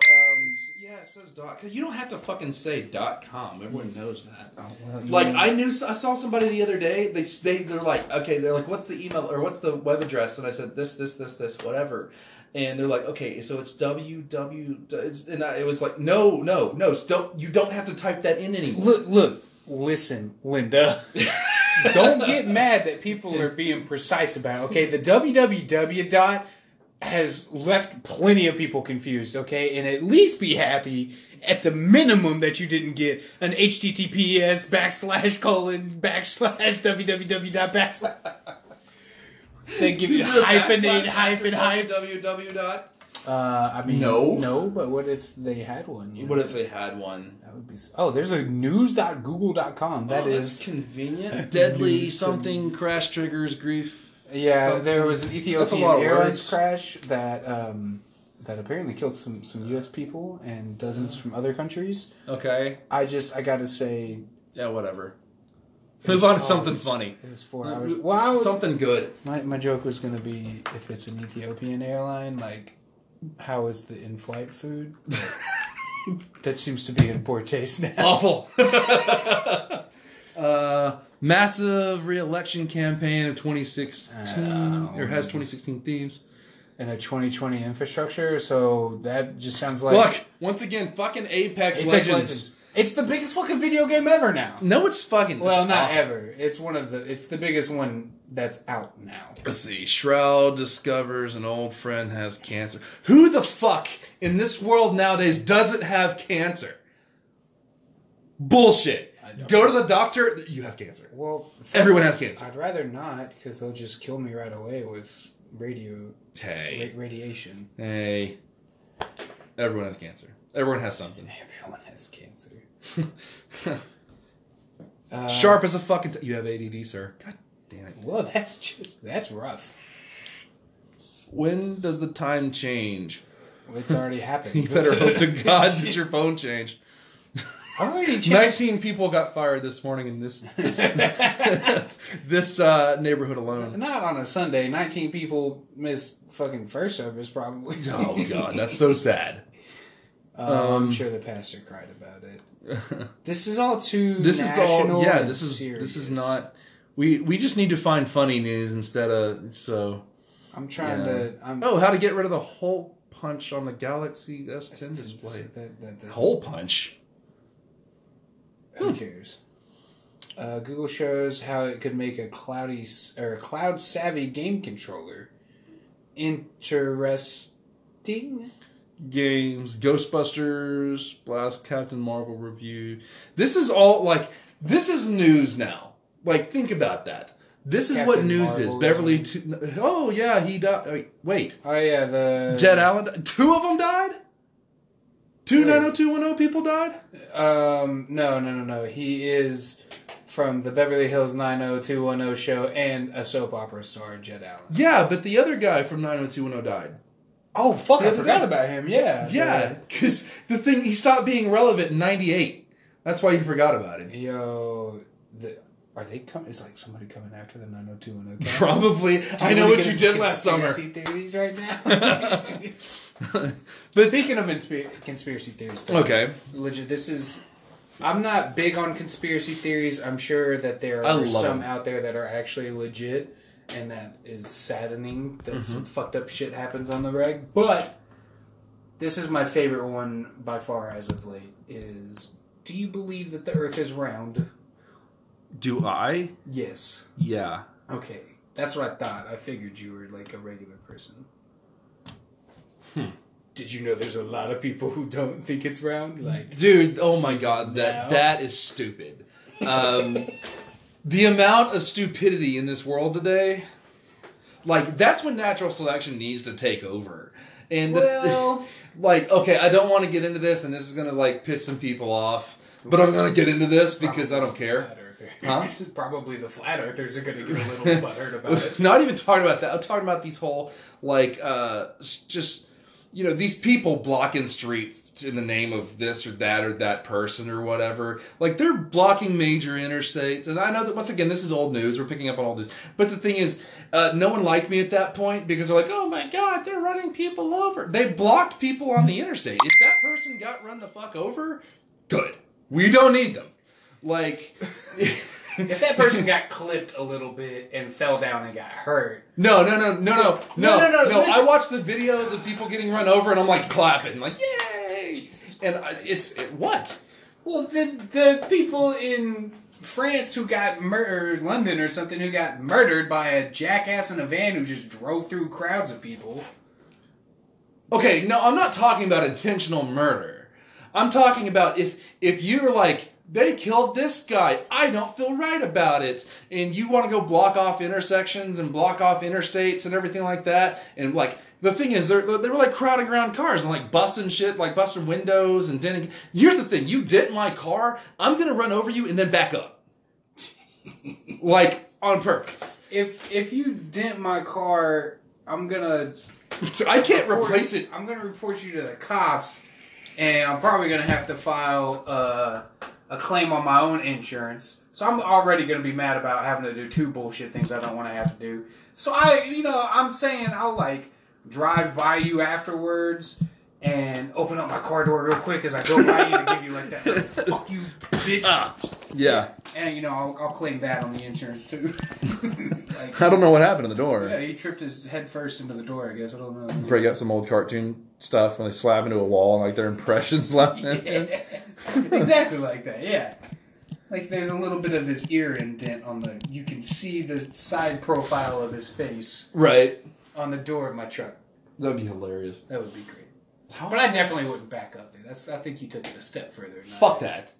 Speaker 1: Yeah, it says dot. Cause you don't have to fucking say dot com. Everyone knows that.
Speaker 2: oh, well, you
Speaker 1: Like
Speaker 2: know.
Speaker 1: I knew, I saw somebody the other day. They they they're like, okay, they're like, what's the email or what's the web address? And I said this this this this whatever, and they're like, okay, so it's ww. It's, and I, it was like, no no no, don't you don't have to type that in anymore.
Speaker 2: look look listen, Linda. [LAUGHS] Don't get mad that people are being precise about. it, Okay, the www dot has left plenty of people confused. Okay, and at least be happy at the minimum that you didn't get an HTTPS backslash colon backslash www dot backslash. They give you hyphenate hyphen hyphen.
Speaker 1: ww dot.
Speaker 2: Uh, I mean,
Speaker 1: No.
Speaker 2: no. But what if they had one? You know?
Speaker 1: What if they had one?
Speaker 2: that would be? s- Oh, there's a news.google.com. That
Speaker 1: Oh, that's
Speaker 2: is. [LAUGHS]
Speaker 1: convenient. [LAUGHS] Deadly
Speaker 2: News
Speaker 1: something crash triggers grief.
Speaker 2: Yeah,
Speaker 1: So-
Speaker 2: there was an Ethiopian
Speaker 1: lot of
Speaker 2: Airlines
Speaker 1: words.
Speaker 2: crash that um, that apparently killed some some U.S. people and dozens from other countries.
Speaker 1: Okay.
Speaker 2: I just I gotta say,
Speaker 1: Yeah. Whatever.
Speaker 2: it was
Speaker 1: Move on to something
Speaker 2: hours.
Speaker 1: funny.
Speaker 2: It was four hours. Wow.
Speaker 1: Something good.
Speaker 2: my my joke was gonna be if it's an Ethiopian airline, like how is the in-flight food?
Speaker 1: [LAUGHS]
Speaker 2: that seems to be in poor taste now.
Speaker 1: awful. [LAUGHS] uh, massive re-election campaign of 2016,
Speaker 2: Oh.
Speaker 1: or has 2016 themes.
Speaker 2: in a 2020 infrastructure. So that just sounds like
Speaker 1: Look, once again, fucking Apex,
Speaker 2: Apex
Speaker 1: Legends.
Speaker 2: Legends. It's the biggest fucking video game ever now.
Speaker 1: No, it's fucking.
Speaker 2: Well,
Speaker 1: it's
Speaker 2: not
Speaker 1: awful.
Speaker 2: ever. It's one of the. It's the biggest one that's out now.
Speaker 1: Let's see. Shroud discovers an old friend has cancer. Who the fuck in this world nowadays doesn't have cancer? Bullshit.
Speaker 2: don't.
Speaker 1: Go to the doctor. You have cancer.
Speaker 2: Well,
Speaker 1: Everyone has cancer.
Speaker 2: I'd rather not because they'll just kill me right away with radio ra-
Speaker 1: Hey,
Speaker 2: radiation.
Speaker 1: hey. Everyone has cancer. Everyone has something.
Speaker 2: Everyone has cancer. [LAUGHS] Uh,
Speaker 1: Sharp as a fucking. T- you have ADD, sir. God damn it.
Speaker 2: Well, that's just that's rough.
Speaker 1: When does the time change? [LAUGHS]
Speaker 2: It's already happened.
Speaker 1: You better hope to
Speaker 2: [LAUGHS]
Speaker 1: God that your phone changed.
Speaker 2: I already changed.
Speaker 1: Nineteen people got fired this morning in this [LAUGHS] this, this uh, neighborhood alone.
Speaker 2: Not on a Sunday. Nineteen people missed fucking first service probably.
Speaker 1: Oh God, that's so sad.
Speaker 2: [LAUGHS] Um, I'm sure the pastor cried about it. This is all too.
Speaker 1: this is all.
Speaker 2: national
Speaker 1: Yeah,
Speaker 2: and
Speaker 1: this is this
Speaker 2: serious.
Speaker 1: is not. We we just need to find funny news instead of so.
Speaker 2: I'm trying
Speaker 1: Yeah.
Speaker 2: to. I'm
Speaker 1: Oh, how to get rid of the hole punch on the Galaxy S10 display?
Speaker 2: That, that, that,
Speaker 1: Hole punch.
Speaker 2: Who cares? Uh, Google shows how it could make a cloudy s- or cloud savvy game controller. Interesting.
Speaker 1: games, Ghostbusters, Blast, Captain Marvel review. This is all like this is news now. Like think about that. This is what
Speaker 2: Captain
Speaker 1: news
Speaker 2: Marvel
Speaker 1: is. Beverly. Two, oh yeah, he died. Wait, wait.
Speaker 2: Oh yeah, the
Speaker 1: Jed Allen. Two of them died. Two
Speaker 2: Wait.
Speaker 1: nine zero two one zero people died.
Speaker 2: Um, no, no, no, no. He is from the Beverly Hills 90210 show and a soap opera star, Jed Allen.
Speaker 1: Yeah, but the other guy from nine zero two one zero died.
Speaker 2: Oh fuck!
Speaker 1: I forgot
Speaker 2: about him. Yeah,
Speaker 1: Yeah, because the thing he stopped being relevant in ninety eight. That's why you forgot about him.
Speaker 2: Yo, the, are they coming? It's like somebody coming after the
Speaker 1: [LAUGHS]
Speaker 2: 90210. cast.
Speaker 1: Probably. I know
Speaker 2: Really
Speaker 1: what you
Speaker 2: getting
Speaker 1: did last summer.
Speaker 2: conspiracy theories right
Speaker 1: [LAUGHS]
Speaker 2: now. [LAUGHS]
Speaker 1: but
Speaker 2: Speaking of insp- conspiracy theories, though,
Speaker 1: [LAUGHS] okay.
Speaker 2: legit, this is. I'm not big on conspiracy theories. I'm sure that there
Speaker 1: I
Speaker 2: are
Speaker 1: love
Speaker 2: some
Speaker 1: 'em.
Speaker 2: out there that are actually legit, and that is saddening
Speaker 1: Mm-hmm.
Speaker 2: that some fucked up shit happens on the reg. But this is my favorite one by far as of late. Is do you believe that the Earth is round?
Speaker 1: Do I?
Speaker 2: Yes.
Speaker 1: Yeah.
Speaker 2: Okay, that's what I thought. I figured you were like a regular person.
Speaker 1: Hmm.
Speaker 2: Did you know there's a lot of people who don't think it's round? Like,
Speaker 1: dude oh my god that
Speaker 2: Now?
Speaker 1: that is stupid um, [LAUGHS] the amount of stupidity in this world today like that's when natural selection needs to take over and the- [LAUGHS]
Speaker 2: Well-
Speaker 1: like okay i don't want to get into this and this is gonna like piss some people off but i'm gonna get into this because i don't care
Speaker 2: Flat earthers. [LAUGHS]
Speaker 1: Huh?
Speaker 2: Probably the flat earthers are going to get a
Speaker 1: [LAUGHS]
Speaker 2: little butthurt about it.
Speaker 1: not even talking about that i'm talking about these whole like uh s- just you know these people blocking streets in the name of this or that or that person or whatever like they're blocking major interstates and i know that once again this is old news we're picking up on old news but the thing is uh, no one liked me at that point because they're like oh my god they're running people over they blocked people on the interstate if that person got run the fuck over good we don't need them like [LAUGHS]
Speaker 2: If that person got clipped a little bit and fell down and got hurt,
Speaker 1: No, no, no, no, no, no, no,
Speaker 2: no,
Speaker 1: no.
Speaker 2: no, listen.
Speaker 1: I watch the videos of people getting run over, and I'm like clapping, I'm like yay. And I, it's it, what?
Speaker 2: well, the the people in France who got murdered, London or something, who got murdered by a jackass in a van who just drove through crowds of people.
Speaker 1: Okay, no, I'm not talking about intentional murder. I'm talking about if if you're like they killed this guy, I don't feel right about it, and you want to go block off intersections and block off interstates and everything like that, and like. The thing is, they're, they were like crowding around cars and like busting shit, like busting windows and denting. Here's the thing: you dent my car, I'm gonna run over you and then back [LAUGHS] up, like on purpose.
Speaker 2: If if you dent my car, I'm gonna
Speaker 1: So I can't replace it.
Speaker 2: I'm gonna report you to the cops, and I'm probably gonna have to file uh, a claim on my own insurance. So I'm already gonna be mad about having to do two bullshit things I don't want to have to do. So I, you know, I'm saying I'll like drive by you afterwards and open up my car door real quick as I go by you to give you like that like, fuck you bitch,
Speaker 1: Yeah,
Speaker 2: and you know I'll, I'll claim that on the insurance too. [LAUGHS] like,
Speaker 1: I don't know what happened to the door.
Speaker 2: yeah, he tripped his head first into the door. I guess I don't know.
Speaker 1: break out some old cartoon stuff when they slap into a wall and like their impressions [LAUGHS]
Speaker 2: [LAUGHS]
Speaker 1: left in.
Speaker 2: [LAUGHS] exactly like that, yeah. Like there's a little bit of his ear indent on the. You can see the side profile of his face
Speaker 1: Right.
Speaker 2: on the door of my truck.
Speaker 1: That'd be hilarious.
Speaker 2: That would be great. But I definitely wouldn't back up there. That's. I think you took it a step further. than I
Speaker 1: Fuck
Speaker 2: did.
Speaker 1: that.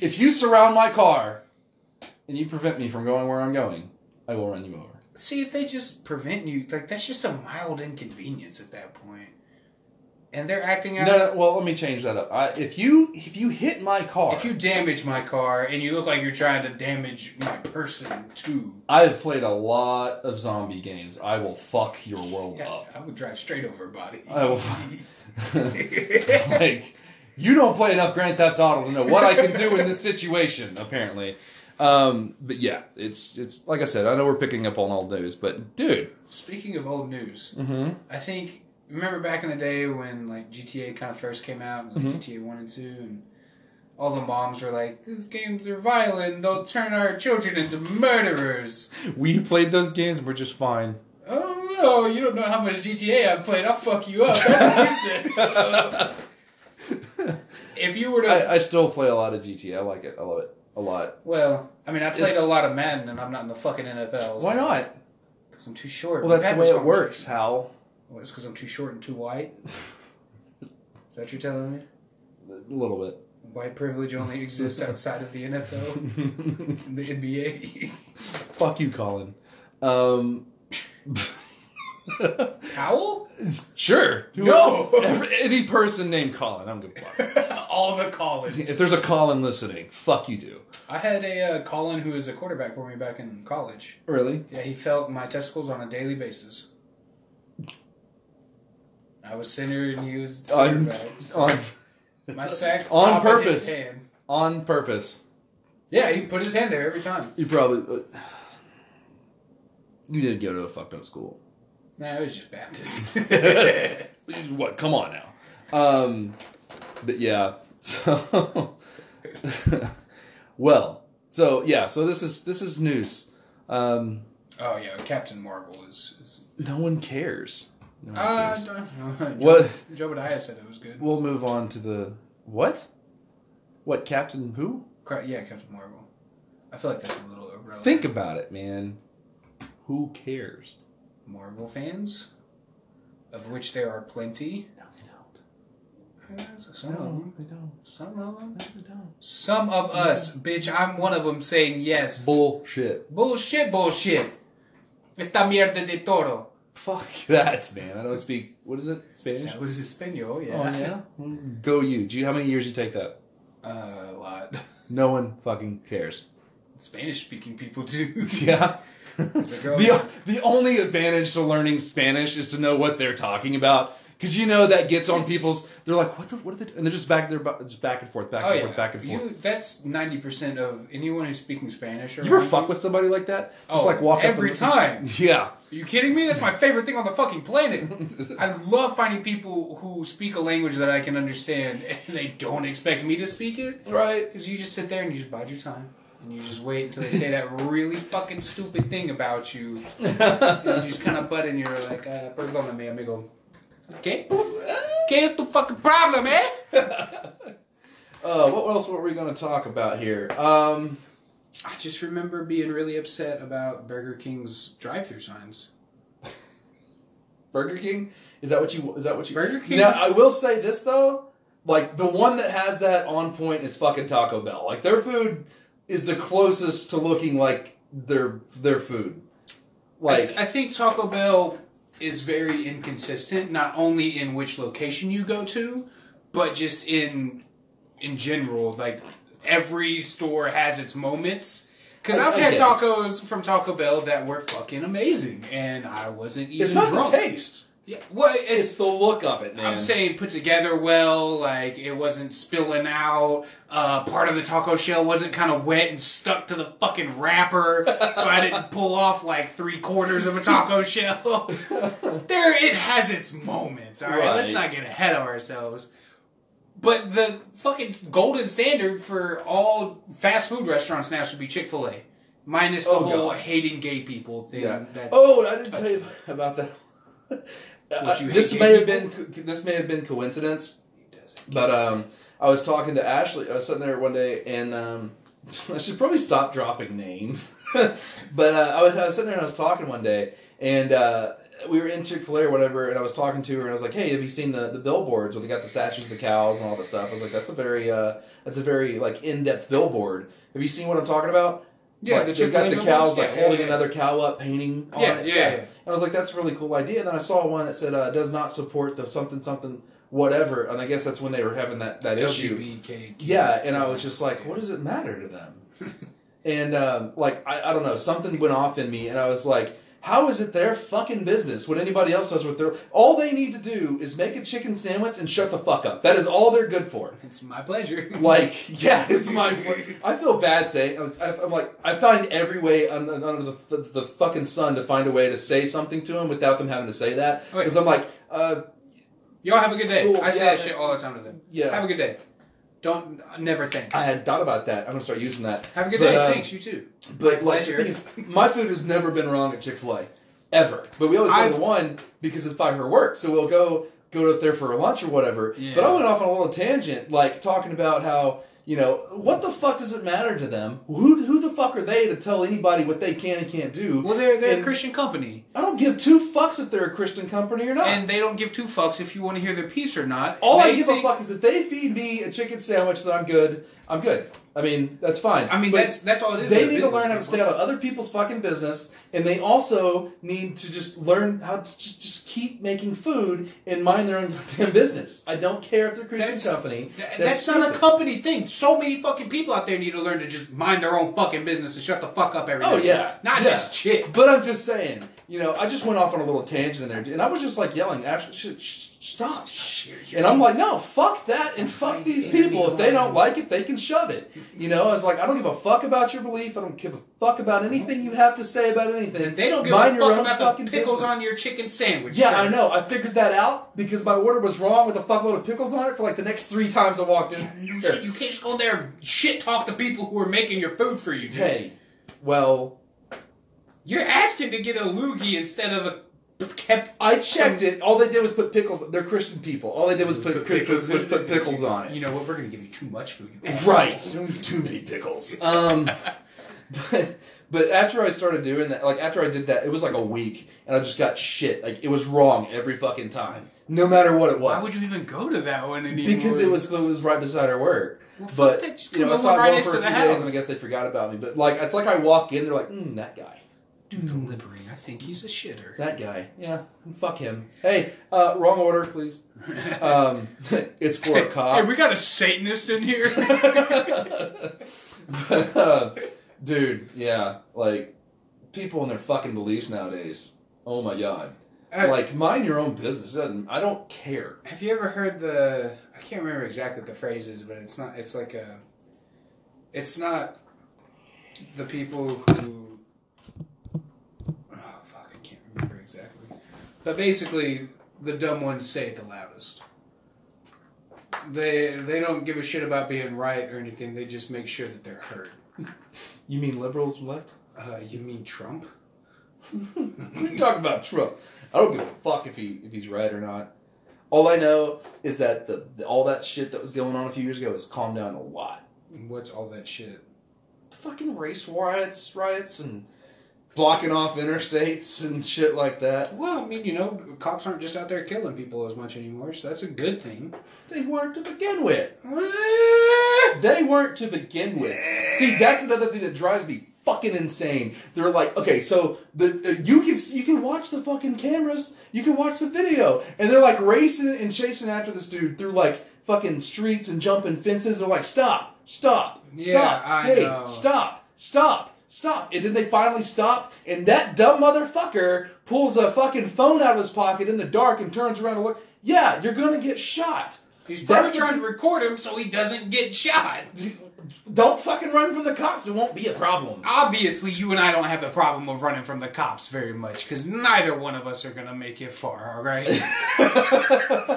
Speaker 1: If you surround my car and you prevent me from going where I'm going, I will run you over.
Speaker 2: See if they just prevent you. Like that's just a mild inconvenience at that point. And they're acting out.
Speaker 1: No, no, well, let me change that up. I, if you if you hit my car,
Speaker 2: If you damage my car and you look like you're trying to damage my person too,
Speaker 1: I have played a lot of zombie games. I will fuck your world
Speaker 2: yeah,
Speaker 1: up.
Speaker 2: I would drive straight over a body. [LAUGHS]
Speaker 1: I will. [LAUGHS] like, you don't play enough Grand Theft Auto to know what I can do in this situation. Apparently, um, but yeah, it's it's like I said. I know we're picking up on all news, but dude, [LAUGHS]
Speaker 2: Speaking of old news,
Speaker 1: mm-hmm.
Speaker 2: I think remember back in the day when like GTA kind of first came out, like
Speaker 1: Mm-hmm.
Speaker 2: GTA One and Two, and all the moms were like, "These games are violent. They'll turn our children into murderers."
Speaker 1: we played those games and we're just [LAUGHS] fine.
Speaker 2: I don't know. You don't know how much GTA I've played. I'll fuck you up. That's what you said.
Speaker 1: [LAUGHS]
Speaker 2: So, if you were to,
Speaker 1: I, I still play a lot of GTA. I like it. I love it a lot.
Speaker 2: well, I mean, I played
Speaker 1: It's-
Speaker 2: a lot of Madden, and I'm not in the fucking NFL.
Speaker 1: Why not?
Speaker 2: Because I'm too short.
Speaker 1: Well, that's
Speaker 2: We've
Speaker 1: the
Speaker 2: had
Speaker 1: way
Speaker 2: this
Speaker 1: it works, Hal.
Speaker 2: conversation. Well, it's because I'm too short and too
Speaker 1: [LAUGHS]
Speaker 2: white. Is that what you're telling me?
Speaker 1: A little bit.
Speaker 2: White privilege only exists
Speaker 1: [LAUGHS]
Speaker 2: outside of the NFL and the NBA. [LAUGHS]
Speaker 1: Fuck you, Colin. Um, [LAUGHS]
Speaker 2: Powell?
Speaker 1: sure.
Speaker 2: No.
Speaker 1: [LAUGHS] Every- any person named Colin, I'm gonna block.
Speaker 2: [LAUGHS] All the
Speaker 1: If
Speaker 2: Collins.
Speaker 1: there's a Colin listening, fuck you too.
Speaker 2: I had a uh, Colin who was a quarterback for me back in college.
Speaker 1: Really?
Speaker 2: Yeah, he felt my testicles on a daily basis. I was center and he was
Speaker 1: On-
Speaker 2: quarterback. So
Speaker 1: On
Speaker 2: my sack
Speaker 1: [LAUGHS] on
Speaker 2: popped in his
Speaker 1: purpose.
Speaker 2: hand.
Speaker 1: on purpose.
Speaker 2: Yeah, he put his hand there every time.
Speaker 1: You probably uh, you did go to a fucked up [LAUGHS] school.
Speaker 2: Nah, it was just Baptist. [LAUGHS]
Speaker 1: What? Come on now. Um, but yeah. [LAUGHS] So [LAUGHS] well. So yeah. So this is this is news. Um,
Speaker 2: oh yeah, Captain Marvel is. is
Speaker 1: no one cares. No one
Speaker 2: uh,
Speaker 1: cares.
Speaker 2: Joe,
Speaker 1: Oh, What?
Speaker 2: Joe Badiah said it was good.
Speaker 1: We'll move on to the what? What Captain Who?
Speaker 2: Cra- Yeah, Captain Marvel. I feel like that's a little irrelevant.
Speaker 1: Think about it, man. Who cares?
Speaker 2: Marvel fans. of which there are plenty.
Speaker 1: No, they don't.
Speaker 2: Some of them.
Speaker 1: they don't.
Speaker 2: Some of them.
Speaker 1: No, they don't.
Speaker 2: Some of us, bitch. I'm one of them saying yes.
Speaker 1: Bullshit.
Speaker 2: bullshit, bullshit. Esta mierda de toro.
Speaker 1: Fuck [LAUGHS] that, man. I don't speak. What is it? Spanish.
Speaker 2: That was Espanol, yeah.
Speaker 1: Oh yeah. Mm, Go you. Do you? How many years you take that?
Speaker 2: Uh, [LAUGHS] a lot.
Speaker 1: No one fucking cares. [LAUGHS]
Speaker 2: Spanish speaking people do.
Speaker 1: Yeah.
Speaker 2: like, oh.
Speaker 1: the the only advantage to learning Spanish is to know what they're talking about. Because you know that gets on
Speaker 2: It's-
Speaker 1: people's. They're like, what the? What are they? do-" And they're just back. They're bu- just back and forth, back
Speaker 2: Oh
Speaker 1: and
Speaker 2: yeah,
Speaker 1: forth, back and forth.
Speaker 2: You, that's 90% of anyone who's speaking Spanish or
Speaker 1: You ever fuck with somebody like that? Just
Speaker 2: Oh,
Speaker 1: like walk up
Speaker 2: every
Speaker 1: and- [LAUGHS]
Speaker 2: time.
Speaker 1: Yeah.
Speaker 2: Are you kidding me? That's my favorite thing on the fucking planet. I love finding people who speak a language that I can understand [LAUGHS] and they don't expect me to speak it.
Speaker 1: Right.
Speaker 2: Because you just sit there and you just bide your time. And you just wait until they say that really fucking stupid thing about you. and you just kind of butt in. You're like, uh, perdóname, amigo. Okay? Okay, it's the fucking problem, eh?
Speaker 1: Uh, what else were we going to talk about here? Um,
Speaker 2: I just remember being really upset about Burger King's drive-through signs.
Speaker 1: Burger King. Is that what you? Is that what you?
Speaker 2: Burger King?
Speaker 1: Now I will say this though, like the one that has that on point is fucking Taco Bell. Like their food is the closest to looking like their their food.
Speaker 2: I,
Speaker 1: Like
Speaker 2: th- I think Taco Bell is very inconsistent, not only in which location you go to, but just in in general. Like every store has its moments. Because
Speaker 1: I-
Speaker 2: I've
Speaker 1: I
Speaker 2: had
Speaker 1: guess.
Speaker 2: tacos from Taco Bell that were fucking amazing, and I wasn't even
Speaker 1: it's not
Speaker 2: drunk.
Speaker 1: the taste.
Speaker 2: Yeah, well, it's
Speaker 1: It's the look of it, man.
Speaker 2: I'm saying put together well, like it wasn't spilling out. Uh, part of the taco shell wasn't kind of wet and stuck to the fucking wrapper, so I didn't pull off like three quarters of a taco shell. there, it has its moments. All right? let's
Speaker 1: Right.
Speaker 2: not get ahead of ourselves. But the fucking golden standard for all fast food restaurants now should be Chick Fil A, minus the
Speaker 1: Oh,
Speaker 2: whole
Speaker 1: God.
Speaker 2: hating gay people thing.
Speaker 1: Yeah.
Speaker 2: That's,
Speaker 1: oh, I didn't tell you about that. [LAUGHS]
Speaker 2: What, you hate
Speaker 1: this
Speaker 2: gay
Speaker 1: may have been
Speaker 2: people?
Speaker 1: co- this may have been coincidence, but um, I was talking to Ashley. I was sitting there one day, and um, [LAUGHS] I should probably stop dropping names. [LAUGHS] but uh, I was I was sitting there and I was talking one day, and uh, we were in Chick Fil A or whatever, and I was talking to her, and I was like, "Hey, have you seen the, the billboards where they got the statues of the cows and all this stuff?" I was like, "That's a very uh, that's a very like in depth billboard. Have you seen what I'm talking about?"
Speaker 2: Yeah,
Speaker 1: Like,
Speaker 2: the
Speaker 1: they've got
Speaker 2: Chick-fil-A
Speaker 1: the cows
Speaker 2: billboards?
Speaker 1: like
Speaker 2: Yeah, yeah,
Speaker 1: holding
Speaker 2: yeah.
Speaker 1: another cow up, painting. on
Speaker 2: Yeah,
Speaker 1: it.
Speaker 2: yeah, yeah.
Speaker 1: And I was like, "That's a really cool idea." And then I saw one that said, uh, "Does not support the something something whatever," and I guess that's when they were having that that issue.
Speaker 2: LGBTQ.
Speaker 1: Yeah, and I was just like, what does it matter to them? and um, like, I, I don't know, something went off in me, and I was like, how is it their fucking business what anybody else does with their? All they need to do is make a chicken sandwich and shut the fuck up. That is all they're good for.
Speaker 2: It's my pleasure.
Speaker 1: Like, [LAUGHS] yeah,
Speaker 2: [LAUGHS]
Speaker 1: it's my. I feel bad saying. I was- I- I'm like, I find every way un- un- under the, the, the fucking sun to find a way to say something to them without them having to say that.
Speaker 2: Wait.
Speaker 1: Because I'm like, uh,
Speaker 2: Y'all have a good day.
Speaker 1: Cool,
Speaker 2: I say
Speaker 1: yeah.
Speaker 2: that shit all the time to them.
Speaker 1: Yeah.
Speaker 2: Have a good day. Don't never thanks.
Speaker 1: I had thought about that. I'm gonna start using that.
Speaker 2: have a good
Speaker 1: But,
Speaker 2: day.
Speaker 1: um,
Speaker 2: thanks. You too.
Speaker 1: But
Speaker 2: My
Speaker 1: like the
Speaker 2: pleasure.
Speaker 1: thing is, my food has never been wrong at Chick Fil A, ever. But we always go to
Speaker 2: I've-
Speaker 1: the one because it's by her work, so we'll go go up there for lunch or whatever.
Speaker 2: Yeah.
Speaker 1: But I went off on a little tangent, like talking about how you know what the fuck does it matter to them? Who who the fuck are they to tell anybody what they can and can't do?
Speaker 2: Well, they're they're
Speaker 1: And
Speaker 2: a Christian company,
Speaker 1: I don't give two fucks if they're a Christian company or not.
Speaker 2: and they don't give two fucks if you want to hear their piece or not.
Speaker 1: all
Speaker 2: they
Speaker 1: I give
Speaker 2: think-
Speaker 1: a fuck is if they feed me a chicken sandwich that I'm good. I'm good. I mean, that's fine.
Speaker 2: I mean,
Speaker 1: But-
Speaker 2: that's that's all it is.
Speaker 1: They
Speaker 2: They're
Speaker 1: need to
Speaker 2: business
Speaker 1: learn how to
Speaker 2: people.
Speaker 1: stay out of other people's fucking business, and they also need to just learn how to just, just keep making food and mind their own goddamn business. I don't care if they're a Christian
Speaker 2: That's-
Speaker 1: company.
Speaker 2: Th- That's, not a
Speaker 1: stupid.
Speaker 2: company thing. So many fucking people out there need to learn to just mind their own fucking business and shut the fuck up every
Speaker 1: Oh
Speaker 2: day.
Speaker 1: yeah,
Speaker 2: Not
Speaker 1: Yeah.
Speaker 2: just shit.
Speaker 1: But I'm just saying, you know, I just went off on a little tangent in there, and I was just like yelling, "Ash, sh- sh- stop!" And I'm like, "No, fuck that, and fuck these people. If they don't like it, they can shove it." You know, I was like, "I don't give a fuck about your belief. I don't give a fuck about anything you have to say about anything."
Speaker 2: They don't give
Speaker 1: Mind
Speaker 2: a
Speaker 1: your
Speaker 2: fuck
Speaker 1: own
Speaker 2: about the
Speaker 1: fucking
Speaker 2: pickles
Speaker 1: business.
Speaker 2: on your chicken sandwich.
Speaker 1: Yeah,
Speaker 2: sir.
Speaker 1: I know. I figured that out because my order was wrong with a fuckload of pickles on it for like the next three times I walked in.
Speaker 2: You,
Speaker 1: Here.
Speaker 2: shit, you can't just go there and shit talk to people who are making your food for you. dude.
Speaker 1: Hey, well,
Speaker 2: You're asking to get a loogie instead of a kept.
Speaker 1: I checked it. All they did was put pickles. They're Christian people. All they did was put, pickles, was put pickles on
Speaker 2: You
Speaker 1: it.
Speaker 2: know what? We're gonna give you too much food. You
Speaker 1: [LAUGHS] Right. Too many pickles. Um, but, But after I started doing that, like after I did that, it was like a week, and I just got shit. Like it was wrong every fucking time, no matter what it was.
Speaker 2: Why would you even go to that one anymore?
Speaker 1: because it was it was right beside our work.
Speaker 2: Well, fuck
Speaker 1: but
Speaker 2: that, just
Speaker 1: you know, I
Speaker 2: go
Speaker 1: saw
Speaker 2: right
Speaker 1: it going
Speaker 2: next
Speaker 1: for
Speaker 2: to
Speaker 1: a
Speaker 2: the
Speaker 1: few
Speaker 2: house.
Speaker 1: days, and I guess they forgot about me. But like, it's like I walk in, they're like, mm, "That guy,
Speaker 2: Dude, delivering. I think he's a shitter.
Speaker 1: that guy, yeah, fuck him." Hey, uh, wrong order, please. Um, [LAUGHS] it's for a cop.
Speaker 2: Hey, we got a Satanist in here.
Speaker 1: [LAUGHS] but, uh, dude, yeah, like people and their fucking beliefs nowadays. Oh my god!
Speaker 2: Uh,
Speaker 1: like mind your own business. It doesn't- I don't care.
Speaker 2: Have you ever heard the? I can't remember exactly what the phrase is, but it's not. It's like a. It's not. The people who. Oh fuck! I can't remember exactly. But basically, the dumb ones say it the loudest. They they don't give a shit about being right or anything. They just make sure that they're heard.
Speaker 1: You mean liberals [LAUGHS] left?
Speaker 2: Uh, you mean Trump?
Speaker 1: We're talking about Trump. I don't give a fuck if he if he's right or not. All I know is that the, the all that shit that was going on a few years ago has calmed down a lot.
Speaker 2: What's all that shit?
Speaker 1: Fucking race riots, riots, and blocking off interstates and shit like that.
Speaker 2: Well, I mean, you know, cops aren't just out there killing people as much anymore, so that's a good thing.
Speaker 1: They weren't to begin with. They weren't to begin with. See, that's another thing that drives me fucking insane. They're like, okay, so the uh, you can you can watch the fucking cameras, you can watch the video, and they're like racing and chasing after this dude through like fucking streets and jumping fences. They're like, stop, stop,
Speaker 2: Yeah,
Speaker 1: stop,
Speaker 2: I
Speaker 1: hey,
Speaker 2: know.
Speaker 1: stop, stop, stop, and then they finally stop, and that dumb motherfucker pulls a fucking phone out of his pocket in the dark and turns around and look. Yeah, you're gonna get shot.
Speaker 2: He's
Speaker 1: That's
Speaker 2: probably
Speaker 1: the-
Speaker 2: trying to record him so he doesn't get shot.
Speaker 1: Don't fucking run from the cops. It won't be a problem.
Speaker 2: Obviously, you and I don't have the problem of running from the cops very much because neither one of us are going to make it far, all right?
Speaker 1: [LAUGHS]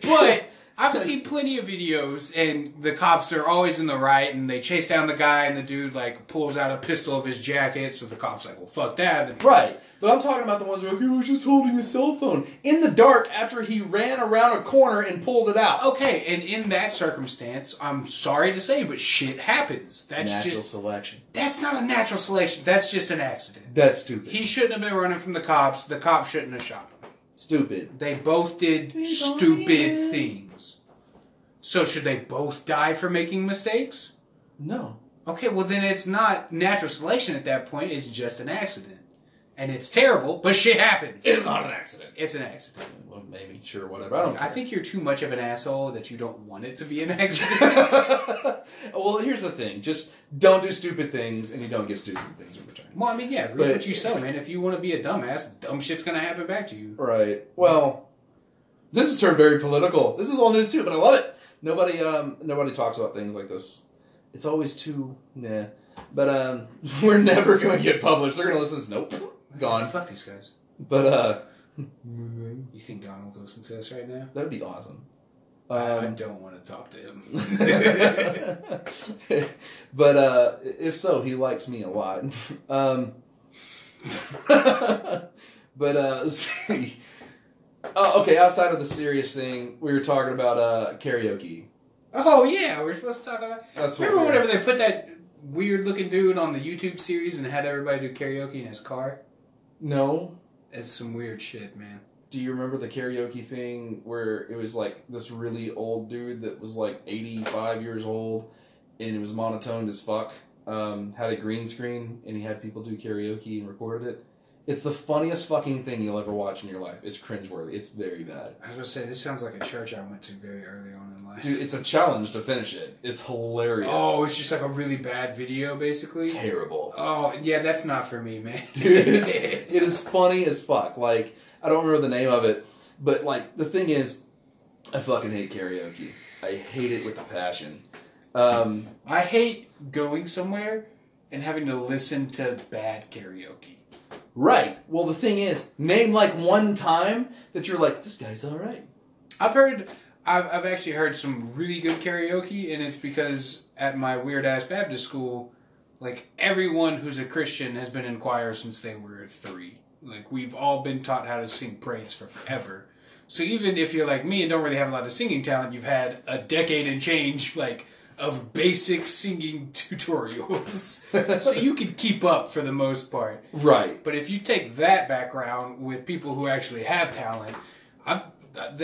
Speaker 2: but I've seen plenty of videos, and the cops are always in the right, and they chase down the guy, and the dude, like, pulls out a pistol of his jacket, so the cop's like, well, fuck that. and-
Speaker 1: Right. But I'm talking about the ones who are like, he was just holding his cell phone in the dark after he ran around a corner and pulled it out.
Speaker 2: Okay, and in that circumstance, I'm sorry to say, but shit happens. That's just
Speaker 1: Oh, selection.
Speaker 2: that's not a natural selection. That's just an accident.
Speaker 1: That's stupid.
Speaker 2: He shouldn't have been running from the cops. The cops shouldn't have shot him.
Speaker 1: stupid.
Speaker 2: They both did stupid things. So should they both die for making mistakes?
Speaker 1: No.
Speaker 2: Okay, well then it's not natural selection at that point. It's just an accident, and it's terrible, but shit happens.
Speaker 1: It's not an accident.
Speaker 2: It's an accident.
Speaker 1: Well, maybe. Sure, whatever. I don't
Speaker 2: I
Speaker 1: care.
Speaker 2: think you're too much of an asshole that you don't want it to be an accident.
Speaker 1: well, here's the thing. Just don't do stupid things and you don't get stupid things in return.
Speaker 2: Well, I mean, yeah, read
Speaker 1: But-
Speaker 2: what you sell, man. If you want to be a dumbass, dumb shit's gonna happen back to you.
Speaker 1: Right. Well, this has turned very political. This is all news too, but I love it. Nobody, um, nobody talks about things like this. It's always too nah. But um, [LAUGHS] we're never gonna get published. They're gonna listen. to this. Nope, gone.
Speaker 2: Fuck these guys.
Speaker 1: But uh,
Speaker 2: You think Donald's listening to us right now?
Speaker 1: that'd be awesome.
Speaker 2: I
Speaker 1: Um,
Speaker 2: don't want to talk to him.
Speaker 1: [LAUGHS]
Speaker 2: [LAUGHS]
Speaker 1: but uh, if so, he likes me a lot. [LAUGHS] Um, but uh, [LAUGHS] see, oh, okay. Outside of the serious thing, we were talking about uh, karaoke.
Speaker 2: oh yeah, we're supposed to talk about.
Speaker 1: That's
Speaker 2: Remember
Speaker 1: what
Speaker 2: whenever they put that weird looking dude on the YouTube series and had everybody do karaoke in his car?
Speaker 1: No.
Speaker 2: It's some weird shit, man.
Speaker 1: Do you remember the karaoke thing where it was like this really old dude that was like 85 years old and it was monotoned as fuck? Um, had a green screen and he had people do karaoke and recorded it. It's the funniest fucking thing you'll ever watch in your life. It's cringeworthy. It's very bad.
Speaker 2: I was gonna say this sounds like a church I went to very early on in life.
Speaker 1: Dude, it's a challenge to finish it. It's hilarious.
Speaker 2: oh, it's just like a really bad video, basically.
Speaker 1: terrible.
Speaker 2: Oh yeah, that's not for me, man.
Speaker 1: [LAUGHS] Dude, it's, it is funny as fuck. Like I don't remember the name of it, but like the thing is, I fucking hate karaoke. I hate it with a passion. Um,
Speaker 2: [LAUGHS] I hate going somewhere and having to listen to bad karaoke.
Speaker 1: right. Well, the thing is, name like one time that you're like, this guy's all right.
Speaker 2: I've heard, I've, I've actually heard some really good karaoke, and it's because at my weird ass Baptist school, like everyone who's a Christian has been in choir since they were three. Like we've all been taught how to sing praise for forever. So even if you're like me and don't really have a lot of singing talent, you've had a decade and change like of basic singing [LAUGHS] tutorials, so you can keep up for the most part.
Speaker 1: Right.
Speaker 2: But if you take that background with people who actually have talent, I've,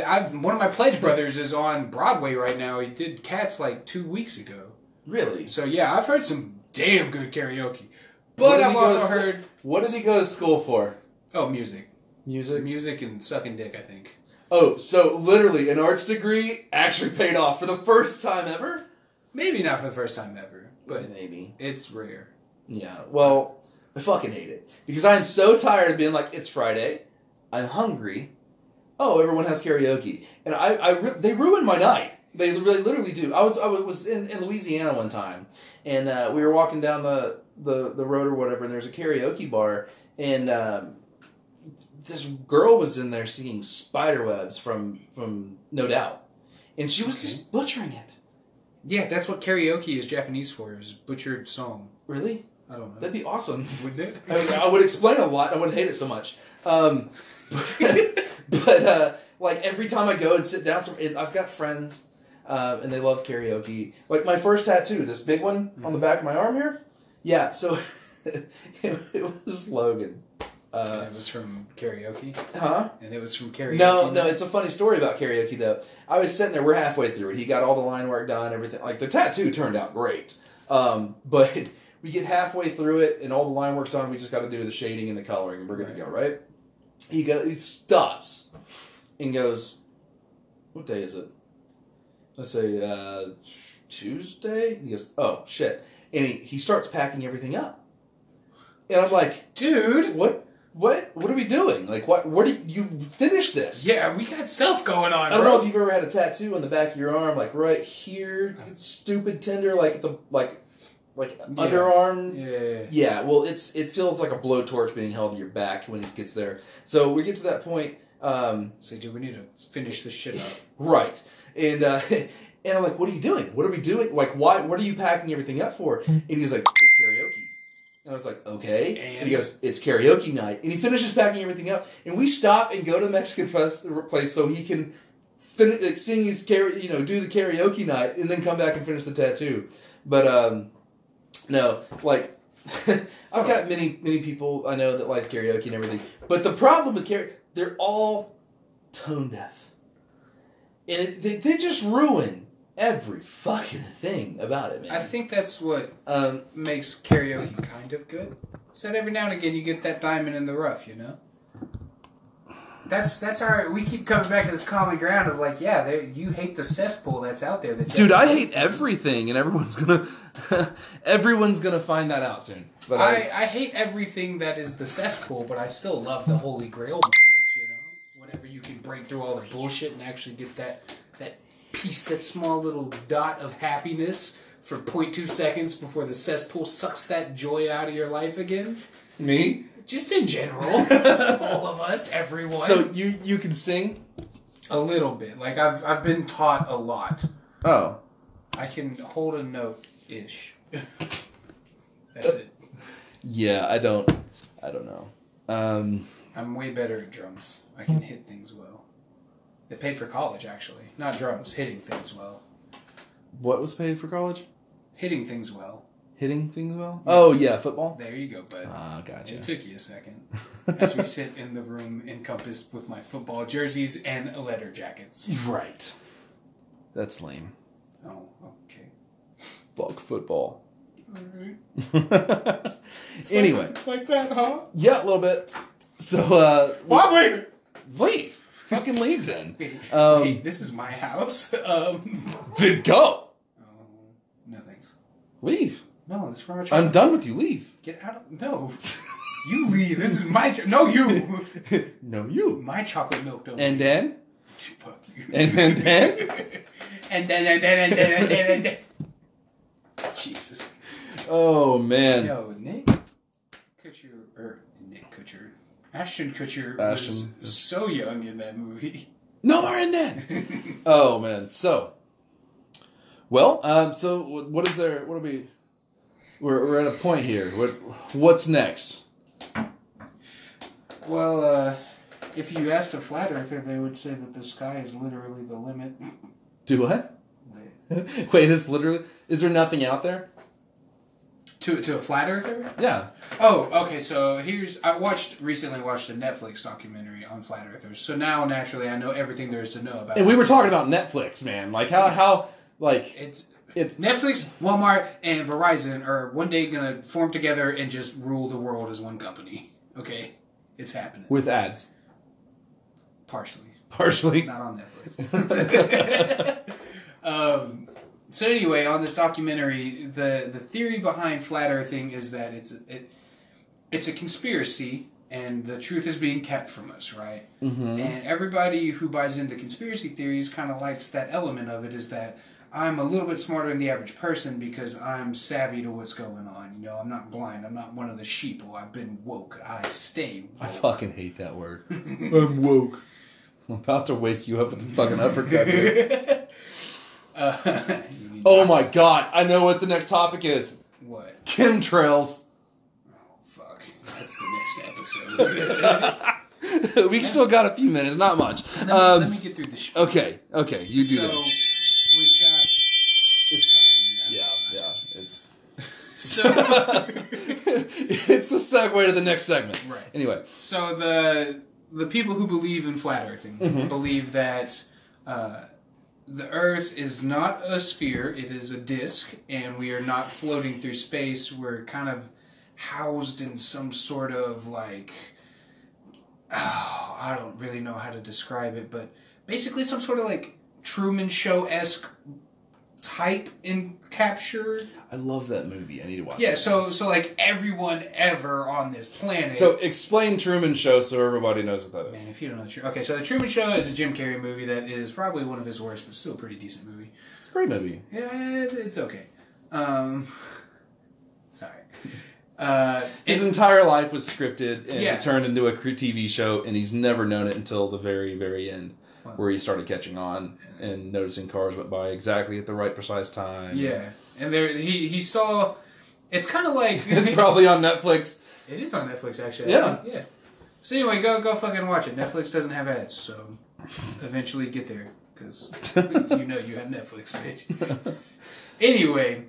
Speaker 2: I've one of my pledge brothers is on Broadway right now. He did Cats like two weeks ago.
Speaker 1: Really.
Speaker 2: So yeah, I've heard some damn good karaoke,
Speaker 1: What
Speaker 2: but
Speaker 1: did
Speaker 2: I've
Speaker 1: he go to
Speaker 2: also
Speaker 1: sch-
Speaker 2: heard
Speaker 1: What did he go to school for?
Speaker 2: oh music,
Speaker 1: Music.
Speaker 2: music and sucking dick. I think.
Speaker 1: Oh, so literally an arts degree actually paid off for the first time ever.
Speaker 2: Maybe not for the first time ever, but
Speaker 1: maybe.
Speaker 2: it's rare.
Speaker 1: Yeah. Well, I fucking hate it because I'm so tired of being like, it's Friday, I'm hungry. Oh, everyone has karaoke, and I, I ru- they ruined my night. They really literally do. I was I was in, in Louisiana one time, and uh, we were walking down the, the the road or whatever, and there's a karaoke bar, and um, this girl was in there singing Spiderwebs from from No Doubt, and she was just butchering it.
Speaker 2: Yeah, that's what karaoke is Japanese for, is butchered song.
Speaker 1: Really,
Speaker 2: I don't know.
Speaker 1: that'd be awesome. [LAUGHS]
Speaker 2: Wouldn't it?
Speaker 1: I, mean, I would explain a lot. I wouldn't hate it so much. Um, [LAUGHS] but uh, like every time I go and sit down, some, and I've got friends um, and they love karaoke. Like my first tattoo, this big one on the back of my arm here. Yeah, so [LAUGHS] it, it was Logan. Uh,
Speaker 2: And it was from karaoke.
Speaker 1: huh?
Speaker 2: And it was from karaoke.
Speaker 1: No, no, it's a funny story about karaoke though. I was sitting there, we're halfway through it. He got all the line work done, everything. Like the tattoo turned out great. Um, [LAUGHS] but we get halfway through it and all the line work's done, we just gotta do the shading and the coloring and we're good to go, right? He goes he stops and goes, What day is it? I say, uh Tuesday? He goes, Oh shit. And he, he starts packing everything up. And I'm like,
Speaker 2: Dude!
Speaker 1: What what what are we doing? Like what what do you finish this?
Speaker 2: Yeah, we got stuff going on,
Speaker 1: I don't
Speaker 2: bro.
Speaker 1: know if you've ever had a tattoo on the back of your arm, like right here, it's stupid tender, like the like like underarm. Yeah.
Speaker 2: Yeah.
Speaker 1: well, it's it feels like a blowtorch being held to your back when it gets there. So we get to that point, um,
Speaker 2: So, dude, we need to finish this shit up.
Speaker 1: right? And uh, [LAUGHS] and I'm like, what are you doing? What are we doing? Like, why? What are you packing everything up for? And he's like, it's karaoke. And I was like, okay.
Speaker 2: And?
Speaker 1: he goes, it's karaoke night. And he finishes packing everything up, and we stop and go to the Mexican pres- place so he can finish like, sing his karaoke, you know, do the karaoke night, and then come back and finish the tattoo. But um, no, like. [LAUGHS] I've got many many people I know that like karaoke and everything, but the problem with karaoke, they're all tone deaf, and it, they, they just ruin every fucking thing about it, man.
Speaker 2: I think that's what
Speaker 1: um,
Speaker 2: makes karaoke kind of good. So that every now and again you get that diamond in the rough, you know? That's that's our. We keep coming back to this common ground of like, yeah, they- you hate the cesspool that's out there. That
Speaker 1: Dude, I hate everything, and everyone's gonna [LAUGHS] everyone's gonna find that out soon. But
Speaker 2: I, I hate everything that is the cesspool, but I still love the holy grail moments, you know? Whenever you can break through all the bullshit and actually get that that piece, that small little dot of happiness for 0.2 seconds before the cesspool sucks that joy out of your life again.
Speaker 1: me.
Speaker 2: Just in [LAUGHS] general. all of us, everyone.
Speaker 1: So you you can sing.
Speaker 2: a little bit. Like I've I've been taught a lot.
Speaker 1: Oh,
Speaker 2: I can hold a note ish. That's it.
Speaker 1: yeah. I don't. I don't know. Um,
Speaker 2: I'm way better at drums. I can hit things well. It paid for college, actually. Not drums, hitting things well.
Speaker 1: what was paid for college?
Speaker 2: Hitting things well.
Speaker 1: Hitting things well. Oh yeah, football.
Speaker 2: There you go, bud.
Speaker 1: Ah, gotcha.
Speaker 2: It took you a
Speaker 1: [LAUGHS]
Speaker 2: second. As we sit in the room encompassed with my football jerseys and letter jackets.
Speaker 1: [LAUGHS] Right. That's lame.
Speaker 2: Oh, okay.
Speaker 1: Fuck football. [LAUGHS] anyway,
Speaker 2: It's like that, huh?
Speaker 1: yeah, a little bit. So uh,
Speaker 2: What? Wait.
Speaker 1: leave. Fucking leave then.
Speaker 2: Wait,
Speaker 1: Um,
Speaker 2: wait, this is my house. [LAUGHS] Um,
Speaker 1: Then go.
Speaker 2: oh, no thanks.
Speaker 1: Leave.
Speaker 2: No, this is for my child.
Speaker 1: I'm done with you. Leave.
Speaker 2: Get out of. No. You leave. This is my. Ch- no,
Speaker 1: [LAUGHS]
Speaker 2: you.
Speaker 1: no, you.
Speaker 2: My chocolate milk don't.
Speaker 1: And then,
Speaker 2: Fuck you. [LAUGHS]
Speaker 1: and then, then.
Speaker 2: and then, and then, and then, and then, and then. Jesus.
Speaker 1: [LAUGHS] Oh man.
Speaker 2: Yo, Nick Kutcher, or Nick Kutcher, Ashton Kutcher was
Speaker 1: Ashton.
Speaker 2: so young in that movie.
Speaker 1: No more and then. oh man. So. Well, um, so wh- what is there? What are we? We're, we're at a point here. What what's next?
Speaker 2: Well, uh, if you asked a flat earther, they would say that the sky is literally the limit.
Speaker 1: Do what? [LAUGHS] Wait, it's literally. Is there nothing out there?
Speaker 2: To to a flat earther?
Speaker 1: Yeah.
Speaker 2: Oh, okay. So here's I watched recently watched a Netflix documentary on flat earthers. So now naturally I know everything there is to know about.
Speaker 1: And we
Speaker 2: it.
Speaker 1: were talking about Netflix, man. Like how how like
Speaker 2: it's
Speaker 1: it.
Speaker 2: Netflix, Walmart, and Verizon are one day gonna form together and just rule the world as one company. Okay, it's happening
Speaker 1: with ads [LAUGHS]
Speaker 2: partially,
Speaker 1: partially.
Speaker 2: not on Netflix. [LAUGHS] um, so anyway, on this documentary, the the theory behind flat earthing is that it's a- it, it's a conspiracy and the truth is being kept from us, right?
Speaker 1: Mm-hmm.
Speaker 2: And everybody who buys into conspiracy theories kind of likes that element of it is that I'm a little bit smarter than the average person because I'm savvy to what's going on. You know, I'm not blind. I'm not one of the sheep. Oh, I've been woke. I stay
Speaker 1: I
Speaker 2: woke.
Speaker 1: [LAUGHS] fucking hate that word. I'm woke. I'm about to wake you up with a fucking uppercut. dude.
Speaker 2: Uh, [LAUGHS] you mean
Speaker 1: Oh
Speaker 2: not-
Speaker 1: my god! I know what the next topic is.
Speaker 2: What?
Speaker 1: Chemtrails. [LAUGHS]
Speaker 2: Fuck. That's the next episode.
Speaker 1: we still got a few minutes, not much.
Speaker 2: Let me
Speaker 1: [LAUGHS] Um,
Speaker 2: get through the sh-
Speaker 1: okay, okay, you do
Speaker 2: So,
Speaker 1: that.
Speaker 2: we've got. Oh,
Speaker 1: Yeah, yeah, it's [LAUGHS]
Speaker 2: So.
Speaker 1: it's the segue to the next segment.
Speaker 2: Right.
Speaker 1: Anyway,
Speaker 2: So the the people who believe in flat earthing believe that uh, the Earth is not a sphere; it is a disk, and we are not floating through space. We're kind of housed in some sort of like oh, I don't really know how to describe it, but basically some sort of like Truman Show esque type in capture.
Speaker 1: I love that movie. I need to watch.
Speaker 2: Yeah.
Speaker 1: it.
Speaker 2: So so like everyone ever on this planet.
Speaker 1: so explain Truman Show so everybody knows what that
Speaker 2: Man,
Speaker 1: is.
Speaker 2: if you don't know the truth. Okay, so The Truman Show is a Jim Carrey movie that is probably one of his worst, but still a pretty decent movie.
Speaker 1: It's a great movie.
Speaker 2: Yeah, it- it's okay. Um, [LAUGHS] sorry. Uh,
Speaker 1: His
Speaker 2: it-
Speaker 1: entire life was scripted and
Speaker 2: Yeah.
Speaker 1: it turned into a cr- TV show, and he's never known it until the very, very end,
Speaker 2: Wow.
Speaker 1: where he started catching on and noticing cars went by exactly at the right precise time.
Speaker 2: yeah, and there he, he saw. It's kind of like
Speaker 1: [LAUGHS] it's probably on Netflix.
Speaker 2: It is on Netflix actually.
Speaker 1: Yeah.
Speaker 2: I think, yeah. So anyway, go go fucking watch it. Netflix doesn't have ads, so eventually get there because you know you have Netflix, bitch. anyway,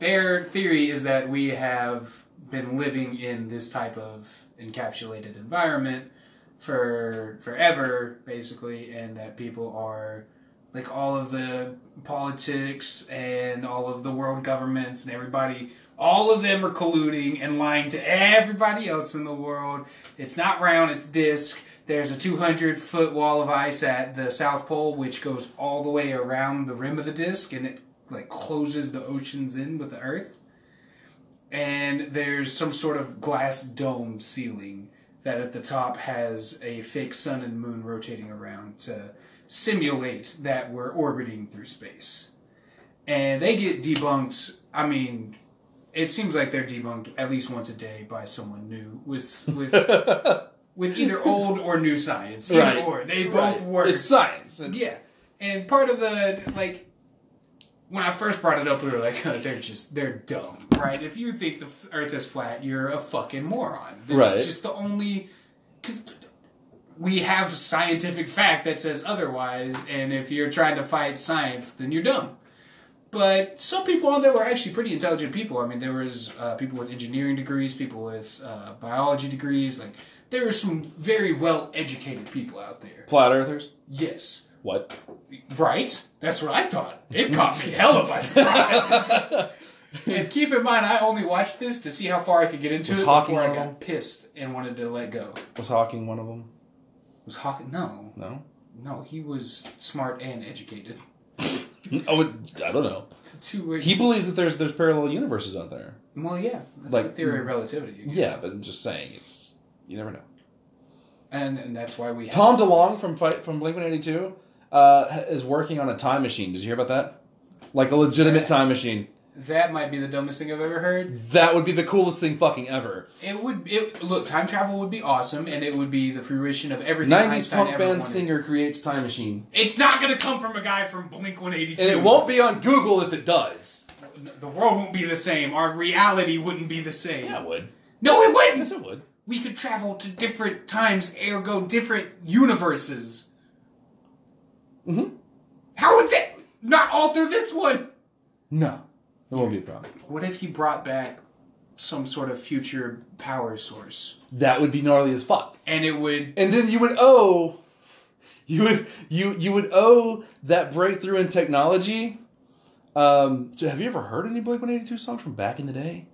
Speaker 2: their theory is that we have been living in this type of encapsulated environment for forever, basically, and that people are like all of the politics and all of the world governments and everybody all of them are colluding and lying to everybody else in the world it's not round it's disc there's a 200 foot wall of ice at the south pole which goes all the way around the rim of the disc and it like closes the oceans in with the earth and there's some sort of glass dome ceiling that at the top has a fake sun and moon rotating around to simulate that we're orbiting through space. And they get debunked. I mean, it seems like they're debunked at least once a day by someone new with
Speaker 1: [LAUGHS]
Speaker 2: with, with either old or new science. Either
Speaker 1: Right.
Speaker 2: or they both
Speaker 1: Right.
Speaker 2: work.
Speaker 1: It's science. It's-
Speaker 2: Yeah, and part of the like when I first brought it up, we were like, [LAUGHS] oh, they're just they're dumb, right? If you think the f- Earth is flat, you're a fucking moron. It's
Speaker 1: Right.
Speaker 2: just the only because we have scientific fact that says otherwise, and if you're trying to fight science, then you're dumb. But some people on there were actually pretty intelligent people. I mean, there was uh, people with engineering degrees, people with uh, biology degrees. Like, there were some very well educated people out there.
Speaker 1: Flat earthers.
Speaker 2: Yes.
Speaker 1: What?
Speaker 2: Right? That's what I thought. It caught me hella by
Speaker 1: [LAUGHS]
Speaker 2: surprise. and keep in mind, I only watched this to see how far I could get into
Speaker 1: Was
Speaker 2: it
Speaker 1: Hawking
Speaker 2: before I
Speaker 1: one of
Speaker 2: got pissed and wanted to let go.
Speaker 1: Was Hawking one of them?
Speaker 2: Was Hawking? No,
Speaker 1: No.
Speaker 2: no, he was smart and educated. [LAUGHS]
Speaker 1: Oh, it- I don't know.
Speaker 2: The two words.
Speaker 1: He believes that there's there's parallel universes out there.
Speaker 2: well, yeah, that's
Speaker 1: Like- mm.
Speaker 2: the theory of relativity,
Speaker 1: Yeah, but I'm just saying, it's you never know.
Speaker 2: and and that's why we. Have
Speaker 1: Tom DeLong from Fight from Blink One Eighty Two uh, is working on a time machine. Did you hear about that? Like a legitimate time machine.
Speaker 2: that might be the dumbest thing I've ever heard.
Speaker 1: That would be the coolest thing fucking ever.
Speaker 2: It would. It look time travel would be awesome, and it would be the fruition of everything
Speaker 1: Nineties
Speaker 2: Einstein
Speaker 1: punk
Speaker 2: ever
Speaker 1: band
Speaker 2: wanted.
Speaker 1: singer creates time machine,
Speaker 2: It's not going to come from a guy from Blink One Eighty Two.
Speaker 1: and it won't be on Google if it does.
Speaker 2: The world won't be the same. Our reality wouldn't be the same.
Speaker 1: Yeah, it would.
Speaker 2: No, it
Speaker 1: Yes,
Speaker 2: wouldn't.
Speaker 1: it would.
Speaker 2: We could travel to different times, ergo different universes.
Speaker 1: Mhm.
Speaker 2: How would that? not alter this one.
Speaker 1: No, it won't be a problem.
Speaker 2: What if he brought back some sort of future power source,
Speaker 1: That would be gnarly as fuck.
Speaker 2: and it would?
Speaker 1: And then you would owe, you would you you would owe that breakthrough in technology. Um, so have you ever heard any Blink One Eighty Two songs from back in the day?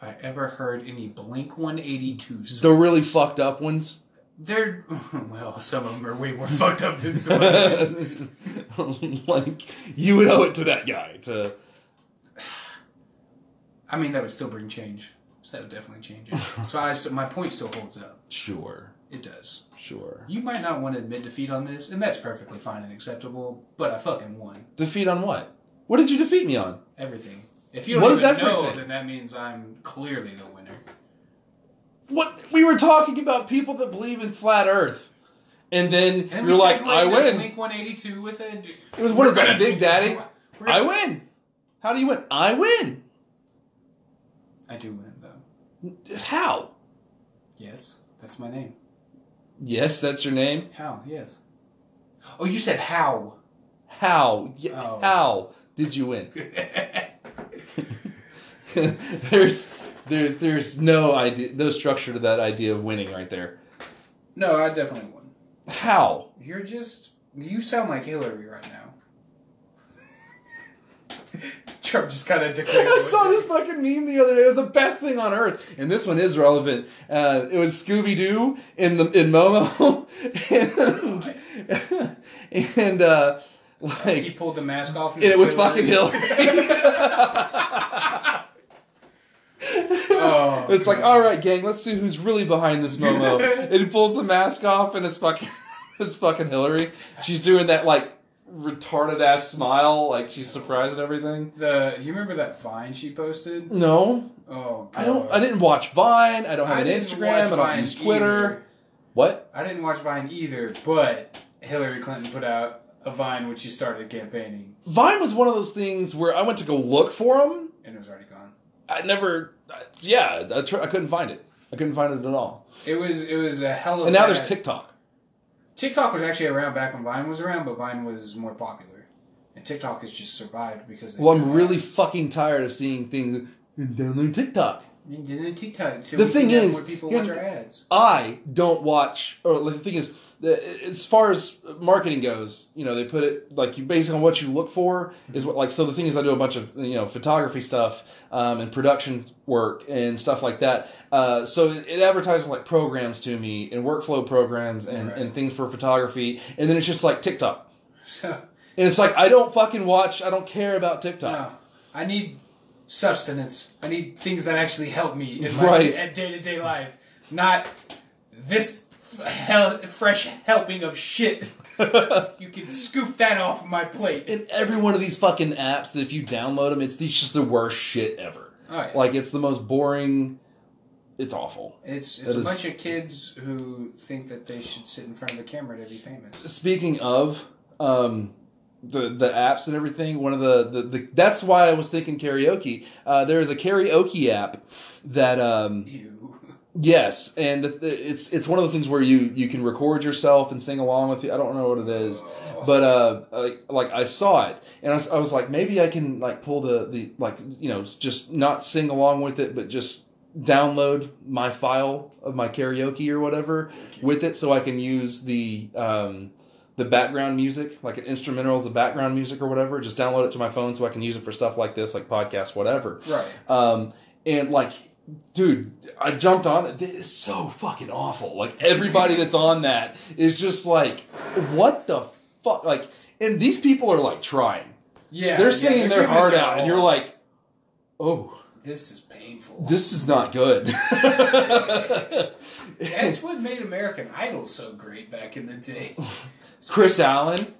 Speaker 2: Have I ever heard any Blink One Eighty Two?
Speaker 1: The really fucked up ones.
Speaker 2: They're [LAUGHS] well, some of them are way more [LAUGHS] fucked up than some others.
Speaker 1: [LAUGHS] like you would owe it to that guy to
Speaker 2: I mean, that would still bring change. So that would definitely change it. So I, so my point still holds up.
Speaker 1: sure
Speaker 2: It does.
Speaker 1: sure
Speaker 2: You might not want to admit defeat on this, and that's perfectly fine and acceptable. But I fucking won
Speaker 1: defeat on what what did you defeat me on
Speaker 2: everything. If you don't
Speaker 1: What
Speaker 2: even
Speaker 1: is
Speaker 2: know,
Speaker 1: everything?
Speaker 2: then that means I'm clearly the winner.
Speaker 1: what we were talking about people that believe in flat earth and then
Speaker 2: And we
Speaker 1: you're like
Speaker 2: segued
Speaker 1: i
Speaker 2: into
Speaker 1: win
Speaker 2: Blink 182 with a.
Speaker 1: it was what is
Speaker 2: We're
Speaker 1: that
Speaker 2: gonna-
Speaker 1: big daddy
Speaker 2: We're
Speaker 1: i
Speaker 2: gonna-
Speaker 1: win how do you win i win
Speaker 2: I do win though.
Speaker 1: how
Speaker 2: Yes, that's my name.
Speaker 1: yes that's your name
Speaker 2: How? Yes. Oh, you said how. [LAUGHS]
Speaker 1: how Y-
Speaker 2: Oh.
Speaker 1: how did you win
Speaker 2: [LAUGHS]
Speaker 1: [LAUGHS] there's there, there's no idea no structure to that idea of winning right there
Speaker 2: no, I definitely won.
Speaker 1: how
Speaker 2: You're just. You sound like Hillary right now. [LAUGHS] Trump just kind of declared.
Speaker 1: [LAUGHS] I saw this fucking meme the other day. It was the best thing on earth, and this one is relevant. Uh, it was Scooby Doo in the in Momo, [LAUGHS] and and uh,
Speaker 2: He
Speaker 1: like
Speaker 2: pulled the mask off, and
Speaker 1: and it was fucking Hillary.
Speaker 2: Oh,
Speaker 1: [LAUGHS] it's like, all right, gang, let's see who's really behind this Momo. and he pulls the mask off, and it's fucking [LAUGHS] it's fucking Hillary. She's doing that like retarded ass smile, like she's surprised at everything.
Speaker 2: the. Do you remember that Vine she posted?
Speaker 1: No,
Speaker 2: Oh, God.
Speaker 1: I don't. I didn't watch Vine. I don't have
Speaker 2: I
Speaker 1: an
Speaker 2: didn't
Speaker 1: Instagram.
Speaker 2: watch
Speaker 1: I don't
Speaker 2: Vine
Speaker 1: use Twitter.
Speaker 2: either.
Speaker 1: What?
Speaker 2: I didn't watch Vine either, but Hillary Clinton put out a Vine when she started campaigning,
Speaker 1: Vine was one of those things where I went to go look for them.
Speaker 2: and it was already gone.
Speaker 1: I never, I- yeah, I, tr- I couldn't find it. I couldn't find it at all.
Speaker 2: It was it was a hell of.
Speaker 1: And now
Speaker 2: a-
Speaker 1: there's TikTok.
Speaker 2: TikTok was actually around back when Vine was around, but Vine was more popular, and TikTok has just survived because. They
Speaker 1: Well, I'm really fucking tired of seeing things download TikTok.
Speaker 2: fucking. TikTok. so
Speaker 1: The
Speaker 2: we
Speaker 1: thing
Speaker 2: can have
Speaker 1: is,
Speaker 2: more people
Speaker 1: here's
Speaker 2: watch our
Speaker 1: the-
Speaker 2: ads. [LAUGHS]
Speaker 1: I don't watch, or like, the thing is, the- as far as marketing goes, you know, they put it like you based on what you look for is what like. So the thing is, I do a bunch of you know photography stuff um, and production work and stuff like that. Uh, so it, it advertises like programs to me and workflow programs and,
Speaker 2: Right.
Speaker 1: and things for photography, and then it's just like TikTok,
Speaker 2: So
Speaker 1: and it's like I don't fucking watch, I don't care about TikTok.
Speaker 2: no, I need substance. I need things that actually help me in my
Speaker 1: Right.
Speaker 2: day to day life, not this f- hell, fresh helping of
Speaker 1: [LAUGHS]
Speaker 2: shit. You can scoop that off my plate.
Speaker 1: in every one of these fucking apps that if you download them, it's, it's just the worst shit ever.
Speaker 2: Oh, yeah.
Speaker 1: Like it's the most boring. It's awful.
Speaker 2: It's it's
Speaker 1: That
Speaker 2: a
Speaker 1: is-
Speaker 2: bunch of kids who think that they should sit in front of the camera to be famous.
Speaker 1: Speaking of um, the the apps and everything, one of the, the, the that's why I was thinking karaoke. Uh, there is a karaoke app that um,
Speaker 2: [LAUGHS] You.
Speaker 1: yes, and the, the, it's it's one of those things where you you can record yourself and sing along with. you. I don't know what it is. But uh, like, like I saw it, and I was, I was like, maybe I can like pull the the like you know just not sing along with it, but just download my file of my karaoke or whatever with it, so I can use the um, the background music, like an instrumental as a background music or whatever. Just download it to my phone, so I can use it for stuff like this, like podcasts, whatever.
Speaker 2: Right.
Speaker 1: Um, and like, dude, I jumped on it. It's so fucking awful. Like everybody that's on that is just like, what the fuck? Like, and these people are like trying.
Speaker 2: Yeah.
Speaker 1: They're
Speaker 2: yeah,
Speaker 1: singing
Speaker 2: they're
Speaker 1: their
Speaker 2: giving it
Speaker 1: heart out, and you're
Speaker 2: all.
Speaker 1: like, oh,
Speaker 2: this is painful.
Speaker 1: this is not
Speaker 2: [LAUGHS]
Speaker 1: good.
Speaker 2: That's what made American Idol so great back in the
Speaker 1: [LAUGHS]
Speaker 2: day.
Speaker 1: Chris Allen.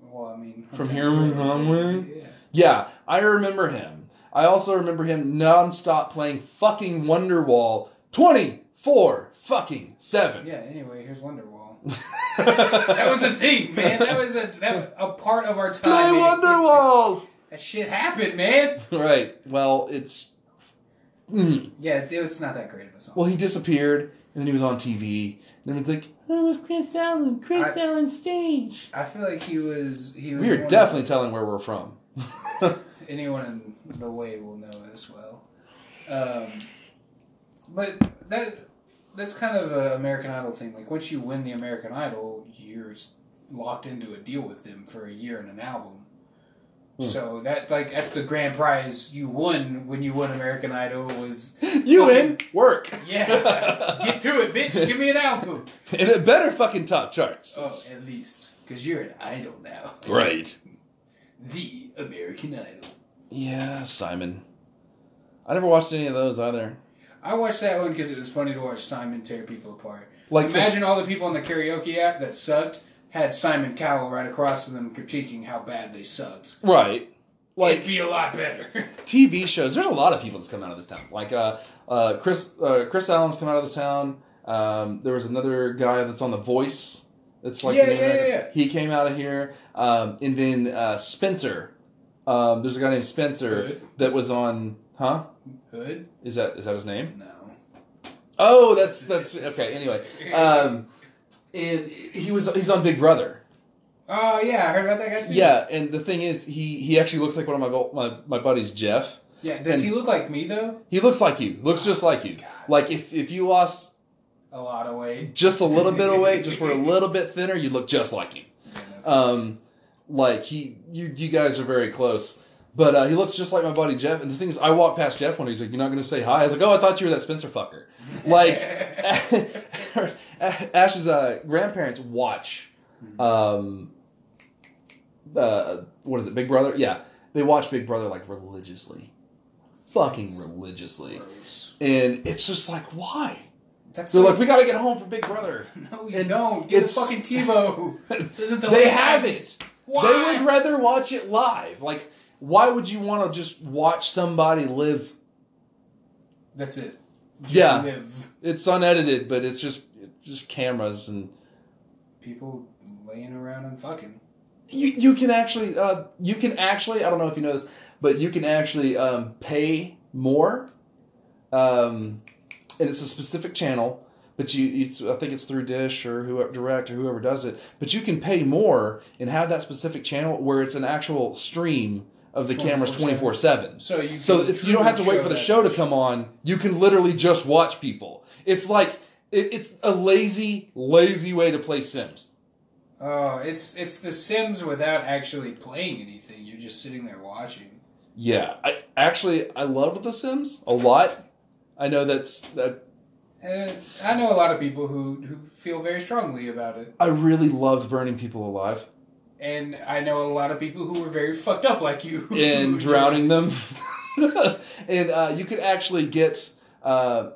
Speaker 2: Well, I mean,
Speaker 1: From here on homeward?
Speaker 2: Yeah.
Speaker 1: Yeah, I remember him. I also remember him nonstop playing fucking Wonderwall 24 fucking 7.
Speaker 2: Yeah. Anyway, here's Wonderwall.
Speaker 1: [LAUGHS]
Speaker 2: that was a thing, man. That was a that was a part of our
Speaker 1: Play
Speaker 2: time. man.
Speaker 1: Wonderwall!
Speaker 2: That shit happened, man.
Speaker 1: Right. Well, it's mm.
Speaker 2: Yeah, it- it's not that great of a song.
Speaker 1: well, he disappeared, and then he was on TV, And everyone's like, "Oh, it's Chris Allen, Chris
Speaker 2: I-
Speaker 1: Allen stage."
Speaker 2: I feel like he was. He was
Speaker 1: We are
Speaker 2: one of-
Speaker 1: definitely telling where we're from. [LAUGHS]
Speaker 2: anyone in the way will know as well. Um, but that that's kind of an American Idol thing. Like once you win the American Idol, you're s- locked into a deal with them for a year and an album.
Speaker 1: Hmm.
Speaker 2: So that like that's the grand prize you won when you won American Idol was
Speaker 1: you in work,
Speaker 2: yeah get to it bitch give me an album
Speaker 1: [LAUGHS] and it better fucking top charts.
Speaker 2: oh at least because you're an idol now [LAUGHS]
Speaker 1: Right.
Speaker 2: the American Idol
Speaker 1: Yeah, Simon. I never watched any of those either.
Speaker 2: I watched that one because it was funny to watch Simon tear people apart
Speaker 1: Like
Speaker 2: Imagine all the people on the karaoke app that sucked had Simon Cowell right across from them critiquing how bad they sucked.
Speaker 1: right. Like
Speaker 2: It'd be a lot better. [LAUGHS]
Speaker 1: TV shows. There's a lot of people that's come out of this town. Like uh, uh, Chris uh, Chris Allen's come out of this town. Um, there was another guy that's on The Voice. That's like
Speaker 2: Yeah,
Speaker 1: the main
Speaker 2: yeah,
Speaker 1: actor.
Speaker 2: yeah, yeah.
Speaker 1: He came out of here. Um, and then uh, Spencer. Um, there's a guy named Spencer
Speaker 2: Hood?
Speaker 1: that was on. Huh?
Speaker 2: Hood?
Speaker 1: Is that is that his name?
Speaker 2: [LAUGHS] No.
Speaker 1: Oh, that's that's okay. Anyway, um, and he was he's on Big Brother.
Speaker 2: Oh yeah, I heard about that guy too.
Speaker 1: Yeah, and the thing is, he he actually looks like one of my bu- my, my buddies, Jeff.
Speaker 2: Yeah. Does
Speaker 1: And-
Speaker 2: he look like me though?
Speaker 1: He looks like you. Looks just like you. Like if if you lost
Speaker 2: A lot of weight.
Speaker 1: just a little bit of weight, just were a little bit thinner, you'd look just like him. Um, like he, you, you guys are very close. But uh, he looks just like my buddy Jeff. And the thing is, I walked past Jeff one day. He's like, "You're not going to say hi." I was like, "Oh, I thought you were that Spencer fucker." Like, [LAUGHS] Ash's uh, grandparents watch, um, uh, what is it, Big Brother? Yeah, they watch Big Brother like religiously, fucking
Speaker 2: That's
Speaker 1: religiously.
Speaker 2: Gross.
Speaker 1: And it's just like, why?
Speaker 2: That's
Speaker 1: So
Speaker 2: like,
Speaker 1: like, we got to get home for Big Brother.
Speaker 2: [LAUGHS] no, you
Speaker 1: and
Speaker 2: don't. Get a
Speaker 1: it's-
Speaker 2: fucking
Speaker 1: [LAUGHS]
Speaker 2: TiVo. this isn't the.
Speaker 1: They
Speaker 2: last
Speaker 1: have
Speaker 2: time.
Speaker 1: it.
Speaker 2: Why?
Speaker 1: They would rather watch it live. Like, why would you want to just watch somebody live?
Speaker 2: That's it. Just
Speaker 1: Yeah.
Speaker 2: Live.
Speaker 1: It's unedited, but it's just it's just cameras, and
Speaker 2: People laying around and fucking.
Speaker 1: you you can actually uh, you can actually I don't know if you know this, but you can actually um, pay more, um, and it's a specific channel. But you, it's, I think it's through Dish or whoever Direct or whoever does it. But you can pay more and have that specific channel where it's an actual stream of the cameras twenty four seven.
Speaker 2: So you.
Speaker 1: So
Speaker 2: can
Speaker 1: it's, you don't have to
Speaker 2: truly
Speaker 1: wait for the
Speaker 2: that
Speaker 1: show to come on. You can literally just watch people. It's like it, it's a lazy, lazy way to play Sims.
Speaker 2: Oh, it's it's The Sims without actually playing anything. You're just sitting there watching.
Speaker 1: Yeah, I actually I loved The Sims a lot. I know that's that
Speaker 2: And I know a lot of people who who feel very strongly about it,
Speaker 1: I really loved burning people alive
Speaker 2: and I know a lot of people who were very fucked up like you. [LAUGHS] who- who
Speaker 1: and drowning them, [LAUGHS] and uh, you could actually get. Uh,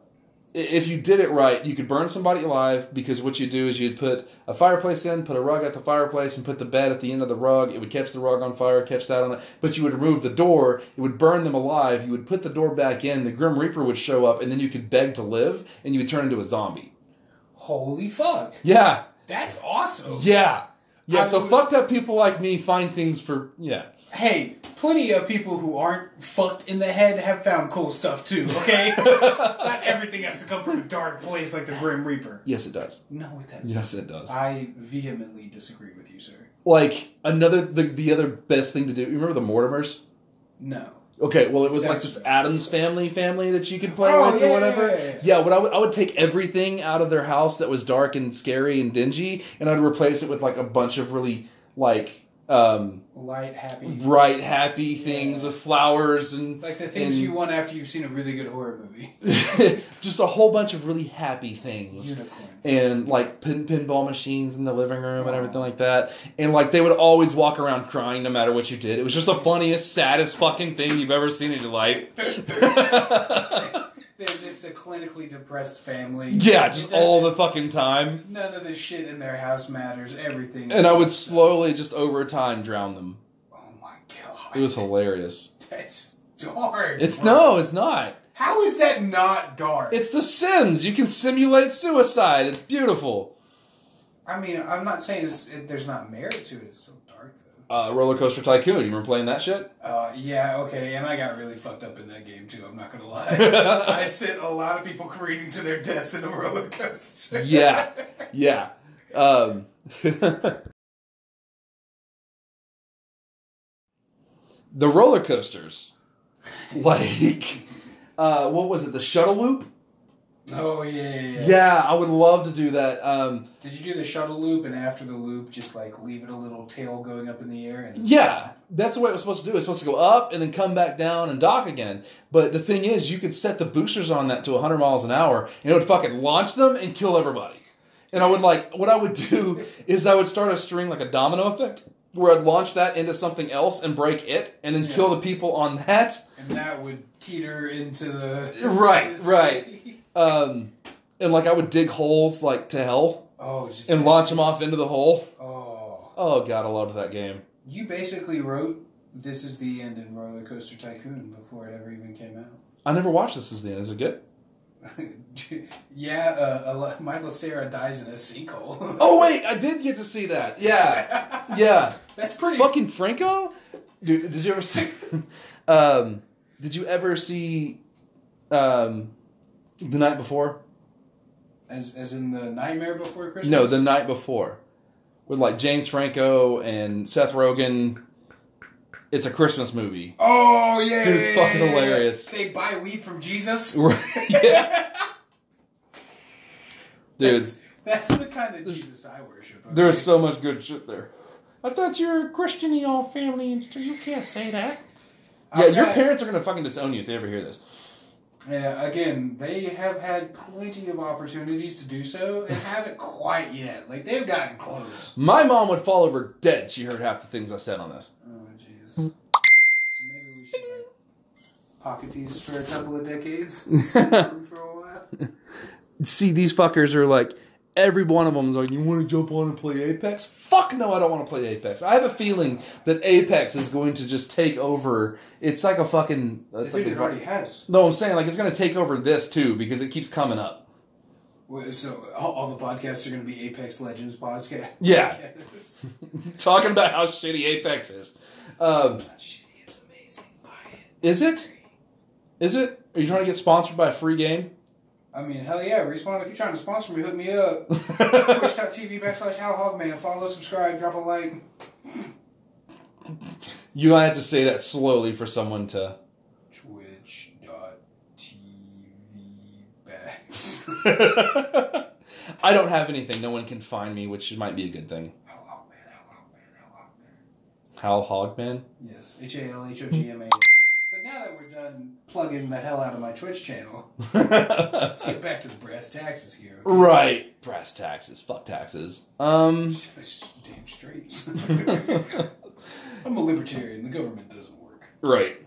Speaker 1: i- if you did it right, you could burn somebody alive because what you do is you'd put a fireplace in, put a rug at the fireplace, and put the bed at the end of the rug. It would catch the rug on fire, catch that on it. But you would remove the door. It would burn them alive. You would put the door back in. The Grim Reaper would show up, and then you could beg to live, and you would turn into a zombie.
Speaker 2: Holy fuck!
Speaker 1: Yeah,
Speaker 2: That's awesome.
Speaker 1: yeah, yeah.
Speaker 2: I
Speaker 1: so
Speaker 2: would-
Speaker 1: fucked up people like me find things for yeah.
Speaker 2: Hey, plenty of people who aren't fucked in the head have found cool stuff too.
Speaker 1: [LAUGHS]
Speaker 2: Okay, not everything has to come from a dark place like the Grim Reaper.
Speaker 1: Yes, it does.
Speaker 2: No, it doesn't.
Speaker 1: Yes, it does.
Speaker 2: I vehemently disagree with you, sir.
Speaker 1: like another the, the other best thing to do. You remember the Mortimers?
Speaker 2: No.
Speaker 1: Okay, well it was like this Adams family family that you could play with or whatever.
Speaker 2: Oh, yeah, yeah.
Speaker 1: Yeah, what I would I would take everything out of their house that was dark and scary and dingy, and I'd replace it with like a bunch of really like um
Speaker 2: Light, happy,
Speaker 1: bright, happy things with flowers and
Speaker 2: Like the things
Speaker 1: and-
Speaker 2: you want after you've seen a really good horror movie. [LAUGHS]
Speaker 1: [LAUGHS] just a whole bunch of really happy things.
Speaker 2: Unicorns.
Speaker 1: and like pin pinball machines in the living room and everything like that. And like they would always walk around crying no matter what you did. It was just the funniest, saddest fucking thing you've ever seen in
Speaker 2: [LAUGHS]
Speaker 1: your life.
Speaker 2: They're just a clinically depressed family.
Speaker 1: yeah, just
Speaker 2: It doesn't-
Speaker 1: all the fucking time.
Speaker 2: None of the shit in their house matters. Everything.
Speaker 1: And I would slowly just over time drown them.
Speaker 2: Oh my god.
Speaker 1: It was hilarious.
Speaker 2: That's dark.
Speaker 1: It's
Speaker 2: bro.
Speaker 1: no, it's not.
Speaker 2: How is that not dark?
Speaker 1: It's The Sims. You can simulate suicide. It's beautiful.
Speaker 2: I mean, I'm not saying it's, it, there's not merit to it. It's still dark though.
Speaker 1: uh, Roller Coaster Tycoon. You remember playing that shit?
Speaker 2: Uh, yeah, okay, and I got really fucked up in that game too. I'm not gonna
Speaker 1: [LAUGHS]
Speaker 2: lie. I sent a lot of people careening to their deaths in a roller coaster.
Speaker 1: Yeah, yeah. Um, [LAUGHS] the roller coasters, [LAUGHS] like, uh, what was it? The shuttle loop?
Speaker 2: [LAUGHS] Oh yeah, yeah, yeah.
Speaker 1: Yeah, I would love to do that. Um,
Speaker 2: Did you do the shuttle loop and after the loop, just like leave it a little tail going up in the air? And
Speaker 1: Yeah, that's the way it was supposed to do. It's supposed to go up and then come back down and dock again. But the thing is, you could set the boosters on that to 100 miles an hour, and it would fucking launch them and kill everybody. And I would like what I would do [LAUGHS] is I would start a string like a domino effect, where I'd launch that into something else and break it, and then kill the people on that.
Speaker 2: and that would teeter into the
Speaker 1: [LAUGHS]
Speaker 2: [LAUGHS]
Speaker 1: Right, right. Um, and like I would dig holes like to hell
Speaker 2: Oh, just
Speaker 1: and launch them off into the hole.
Speaker 2: Oh,
Speaker 1: Oh god, I loved that game.
Speaker 2: you basically wrote "This is the end" in Roller Coaster Tycoon before it ever even came out. [LAUGHS]
Speaker 1: I never watched this as the end. Is it good?
Speaker 2: yeah, uh, a lo- Michael Sarah dies in a sinkhole. [LAUGHS]
Speaker 1: Oh wait, I did get to see that. Yeah, yeah.
Speaker 2: that's pretty.
Speaker 1: [LAUGHS] Fucking Franco, dude. Did you ever see? [LAUGHS] Um, did you ever see? Um, the night before?
Speaker 2: as as in the Nightmare Before Christmas.
Speaker 1: No, the night before, with like James Franco and Seth Rogen. It's a Christmas [LAUGHS] movie.
Speaker 2: Oh yeah,
Speaker 1: Dude, it's
Speaker 2: yeah,
Speaker 1: fucking
Speaker 2: yeah, yeah, yeah.
Speaker 1: hilarious.
Speaker 2: They buy weed from
Speaker 1: [LAUGHS]
Speaker 2: Jesus.
Speaker 1: yeah, dude.
Speaker 2: That's the kind of Jesus I worship. okay?
Speaker 1: There's so much good shit there. I thought you were a Christian in your family, and you can't say that. Yeah, your
Speaker 2: Okay.
Speaker 1: parents are gonna fucking disown you if they ever hear this.
Speaker 2: Yeah, again, they have had plenty of opportunities to do so and haven't quite yet. Like they've gotten close.
Speaker 1: My mom would fall over dead. She heard half the things I said on this.
Speaker 2: Oh jeez. So maybe we should like, pocket these for a couple of
Speaker 1: [LAUGHS]
Speaker 2: decades. Save them for a while.
Speaker 1: See, these fuckers are like, every one of them is like, you want to jump on and play Apex? Fuck no, I don't want to play Apex. I have a feeling that Apex is going to just take over. It's like a fucking. It's like
Speaker 2: Dude, it
Speaker 1: a,
Speaker 2: already has.
Speaker 1: no, I'm saying like it's gonna take over this too because it keeps coming up.
Speaker 2: Well, So all, all the podcasts are going to be Apex Legends [LAUGHS] podcast.
Speaker 1: Yeah. [LAUGHS]
Speaker 2: Podcasts.
Speaker 1: Talking about how shitty Apex is. Um,
Speaker 2: Not shitty, it's amazing. Buy it.
Speaker 1: is it? Is it? Are you trying to get sponsored by a free game? [LAUGHS]
Speaker 2: I mean, hell yeah, respawn. If you're trying to sponsor me, hook me up. Twitch.tv backslash Hal Hogman. Follow, subscribe, drop a like.
Speaker 1: you might have to say that slowly for someone to.
Speaker 2: Twitch.tv backs.
Speaker 1: [LAUGHS] I don't have anything. No one can find me, which might be a good thing. Hal Hogman? [LAUGHS]
Speaker 2: Yes, H A L H O G M A. But now that we're done plugging the hell out of my Twitch channel, let's get back to the brass taxes here.
Speaker 1: right. Brass taxes. Fuck taxes. Um.
Speaker 2: This is damn straight. [LAUGHS] I'm a libertarian. The government doesn't work.
Speaker 1: Right.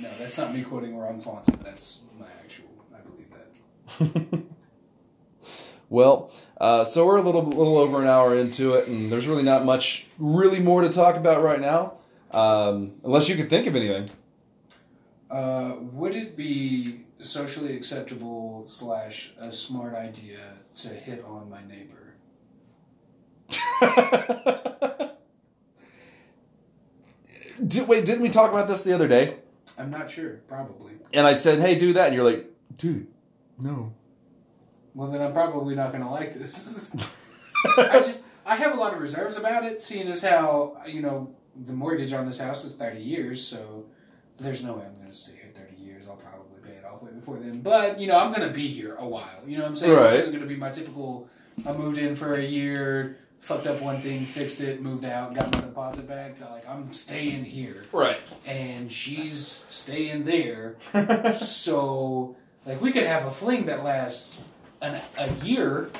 Speaker 2: No, that's not me quoting Ron Swanson. That's my actual. I believe that.
Speaker 1: Well, uh, so we're a little little over an hour into it, and there's really not much, really more to talk about right now, um, unless you can think of anything. [LAUGHS]
Speaker 2: Uh, would it be socially acceptable slash a smart idea to hit on my neighbor?
Speaker 1: Did, wait, didn't we talk about this the other day?
Speaker 2: I'm not sure. Probably.
Speaker 1: And I said, "Hey, do that," and you're like, "Dude, no." [LAUGHS]
Speaker 2: Well, then I'm probably not going to like this. I just I have a lot of reserves about it, seeing as how you know the mortgage on this house is 30 years, so there's no way I'm going to stay here 30 years. I'll probably pay it off way before then. But you know, I'm going to be here a while. You know what I'm saying? This
Speaker 1: Right.
Speaker 2: isn't going to be my typical. I moved in for a year, fucked up one thing, fixed it, moved out, got my deposit back. Like I'm staying here
Speaker 1: Right.
Speaker 2: and she's staying there.
Speaker 1: [LAUGHS]
Speaker 2: so, like, we could have a fling that lasts an, a year,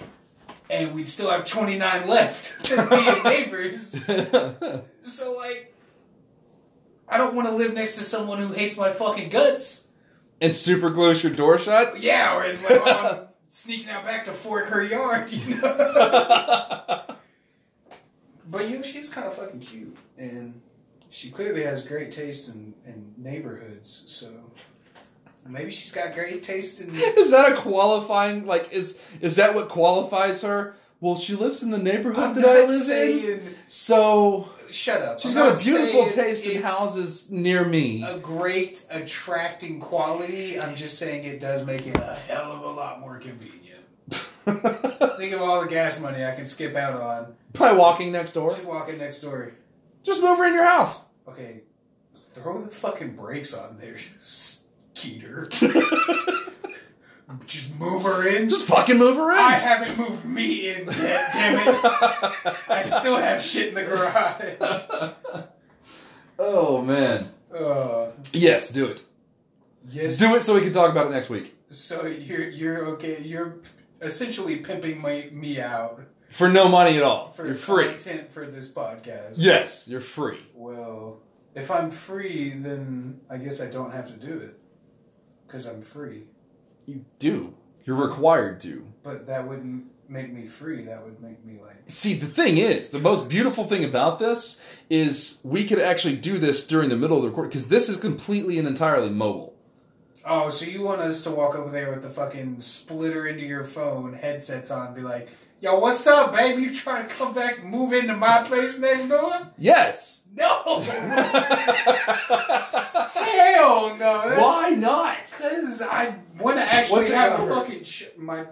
Speaker 2: and we'd still have 29 left [LAUGHS] to be neighbors. So, like, I don't want to live next to someone who hates my fucking guts.
Speaker 1: and super glues your door shut.
Speaker 2: Yeah, or and when [LAUGHS] I'm sneaking out back to fork her yard, you know? but, you know, she's kind of fucking cute. And she clearly has great taste in, in neighborhoods, so maybe she's got great taste in.
Speaker 1: Is that a qualifying? Like, is is that what qualifies her? Well, she lives in the neighborhood
Speaker 2: I'm
Speaker 1: that I
Speaker 2: not
Speaker 1: live in.
Speaker 2: saying.
Speaker 1: So
Speaker 2: Shut up.
Speaker 1: she's
Speaker 2: I'm
Speaker 1: got
Speaker 2: not
Speaker 1: a beautiful
Speaker 2: saying
Speaker 1: taste in
Speaker 2: it's
Speaker 1: houses near me.
Speaker 2: A great attracting quality. I'm just saying it does make it a hell of a lot more
Speaker 1: [LAUGHS]
Speaker 2: convenient. Think of all the gas money I can skip out on.
Speaker 1: By walking next door.
Speaker 2: Just walking next door.
Speaker 1: Just move her in your house.
Speaker 2: Okay, throw the fucking brakes on there,
Speaker 1: [LAUGHS]
Speaker 2: Skeeter. Just move her in.
Speaker 1: Just fucking move her in.
Speaker 2: I haven't moved me in yet, damn it. I still have shit in the garage.
Speaker 1: [LAUGHS] oh man.
Speaker 2: Uh,
Speaker 1: Yes, do it.
Speaker 2: yes.
Speaker 1: Do it so we can talk about it next week.
Speaker 2: So you're you're okay. You're essentially pimping my, me out
Speaker 1: For no money at all.
Speaker 2: for
Speaker 1: You're free.
Speaker 2: content for this podcast.
Speaker 1: Yes, you're free.
Speaker 2: Well, if I'm free, then I guess I don't have to do it because I'm free.
Speaker 1: You do. You're required to.
Speaker 2: But that wouldn't make me free. That would make me like
Speaker 1: See, the thing is, the most beautiful thing about this is we could actually do this during the middle of the record because this is completely and entirely mobile.
Speaker 2: Oh, so you want us to walk over there with the fucking splitter into your phone, headsets on, be like, yo, what's up, baby? You trying to come back, move into my place next door?
Speaker 1: Yes.
Speaker 2: No! [LAUGHS]
Speaker 1: Why
Speaker 2: Hell no! That's,
Speaker 1: not?
Speaker 2: Because I want to actually
Speaker 1: What's it
Speaker 2: have a
Speaker 1: number?
Speaker 2: fucking sh- my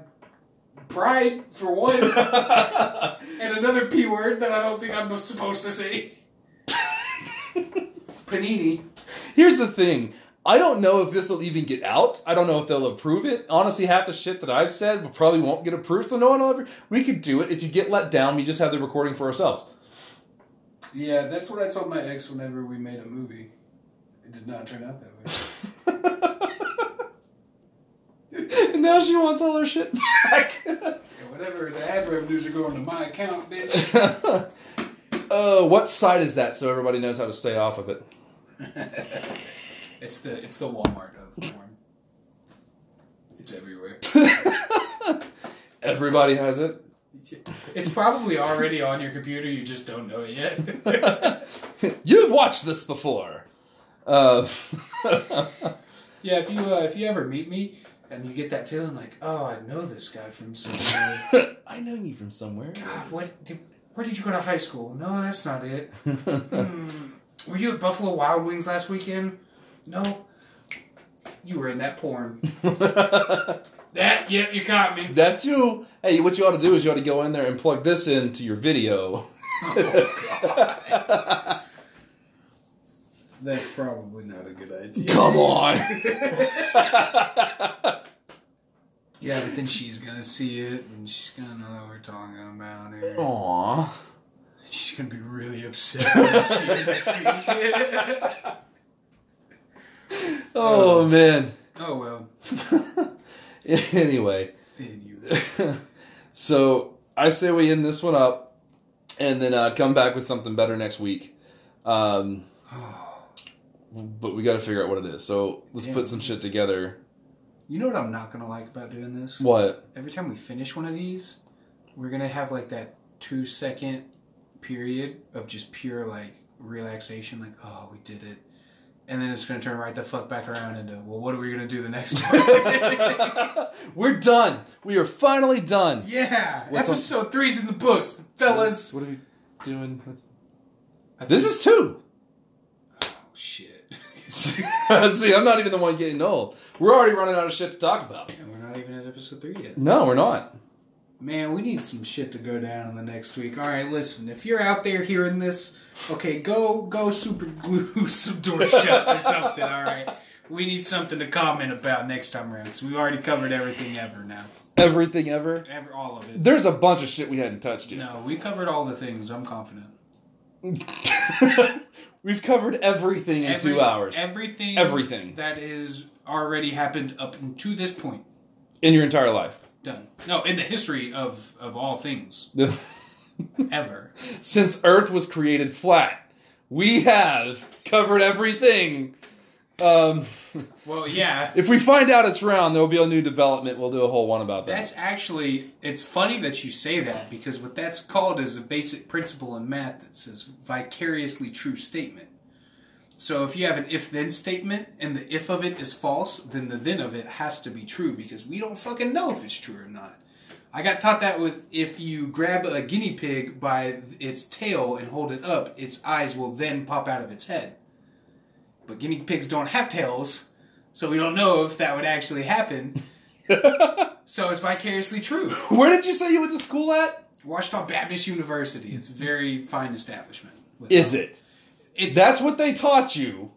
Speaker 2: pride for one, and another p word that I don't think I'm supposed to say. Panini.
Speaker 1: [LAUGHS] Here's the thing. I don't know if this will even get out. I don't know if they'll approve it. Honestly, half the shit that I've said will- probably won't get approved, so no one will ever. We could do it. If you get let down, we just have the recording for ourselves.
Speaker 2: Yeah, that's what I told my ex whenever we made a movie. It did not turn out that way.
Speaker 1: and now she wants all her shit back. [LAUGHS]
Speaker 2: Yeah, Whatever the ad revenues are going to my account, bitch.
Speaker 1: uh, what side is that so everybody knows how to stay off of it?
Speaker 2: it's the it's the Walmart of porn. It's everywhere. [LAUGHS]
Speaker 1: Everybody has it.
Speaker 2: It's probably already on your computer. You just don't know it yet. [LAUGHS]
Speaker 1: You've watched this before. [LAUGHS] Uh,
Speaker 2: yeah, if you uh, if you ever meet me and you get that feeling like, oh, I know this guy from somewhere.
Speaker 1: I know you from somewhere.
Speaker 2: God, what? Did, where did you go to high school? No, that's not it. Hmm. Were you at Buffalo Wild Wings last weekend? No. You were in that
Speaker 1: [LAUGHS]
Speaker 2: porn. That, yep, you caught me.
Speaker 1: That's you. Hey, what you ought to do is you ought to go in there and plug this into your video.
Speaker 2: That's probably not a good idea.
Speaker 1: Come [LAUGHS] on.
Speaker 2: [LAUGHS] Yeah, but then she's gonna see it and she's gonna know that we're talking about her.
Speaker 1: Aww.
Speaker 2: She's gonna be really upset when I see her next week.
Speaker 1: Oh man.
Speaker 2: oh well.
Speaker 1: anyway, [LAUGHS]
Speaker 2: Then you
Speaker 1: so I say we end this one up, and then uh, come back with something better next week. [SIGHS] Um, but we got to figure out what it is. So let's
Speaker 2: Yeah.
Speaker 1: put some shit together.
Speaker 2: You know what I'm not gonna like about doing this?
Speaker 1: What?
Speaker 2: Every time we finish one of these, we're gonna have like that two second period of just pure like relaxation, like, oh we did it. And then it's gonna turn right the fuck back around into, well what are we gonna do the next one? [LAUGHS]
Speaker 1: [LAUGHS] We're done. We are finally done.
Speaker 2: Yeah,
Speaker 1: What's on-
Speaker 2: episode three's in the books, fellas.
Speaker 1: What are we doing? This is two. [LAUGHS]
Speaker 2: oh, shit. [LAUGHS]
Speaker 1: See, I'm not even the one getting old. We're already running out of shit to talk about.
Speaker 2: and we're not even at episode three yet.
Speaker 1: No, we're not.
Speaker 2: Man, we need some shit to go down in the next week. All right, listen, if you're out there hearing this, okay, go go super glue [LAUGHS] some door shut
Speaker 1: [LAUGHS]
Speaker 2: or something. All right, we need something to comment about next time around because we've already covered everything ever now,
Speaker 1: Everything ever.
Speaker 2: ever all of it.
Speaker 1: There's a bunch of shit we hadn't touched yet.
Speaker 2: No, we covered all the things. I'm confident.
Speaker 1: We've covered everything in
Speaker 2: Every-
Speaker 1: two hours.
Speaker 2: Everything.
Speaker 1: Everything.
Speaker 2: that is already happened up to this point.
Speaker 1: in your entire life. [LAUGHS]
Speaker 2: Done. No, in the history of of all things ever.
Speaker 1: Since Earth was created flat, we have covered everything. Um,
Speaker 2: Well, yeah.
Speaker 1: if we find out it's round, there will be a new development. We'll do a whole one about that.
Speaker 2: That's actually it's funny that you say that because what that's called is a basic principle in math that says vicariously true statement. So if you have an if then statement and the if of it is false, then the then of it has to be true because we don't fucking know if it's true or not. I got taught that with if you grab a guinea pig by its tail and hold it up, its eyes will then pop out of its head. But guinea pigs don't have tails, so we don't know if that would actually happen. so it's vicariously true.
Speaker 1: Where did you say you went to school at?
Speaker 2: Washita Baptist University. It's a very fine establishment. With-
Speaker 1: Is it?
Speaker 2: It's
Speaker 1: That's what they taught you.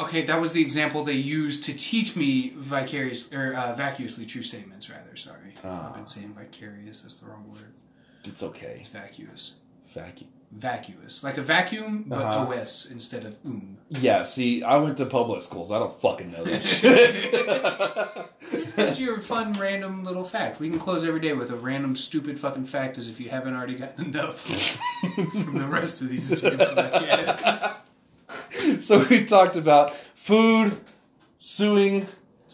Speaker 2: okay. That was the example they used to teach me vicarious or uh, vacuously true statements. Rather, sorry,
Speaker 1: Ah.
Speaker 2: I've been saying vicarious. That's the wrong word.
Speaker 1: It's okay.
Speaker 2: It's vacuous.
Speaker 1: Vacuum.
Speaker 2: Vacuous, like a vacuum, but
Speaker 1: Uh-huh.
Speaker 2: os instead of um.
Speaker 1: Yeah, see, I went to public schools. I don't fucking know this shit.
Speaker 2: That's your fun random little fact. We can close every day with a random stupid fucking fact, as if you haven't already gotten enough [LAUGHS] from the rest of these two podcasts.
Speaker 1: [LAUGHS] so we talked about food, suing,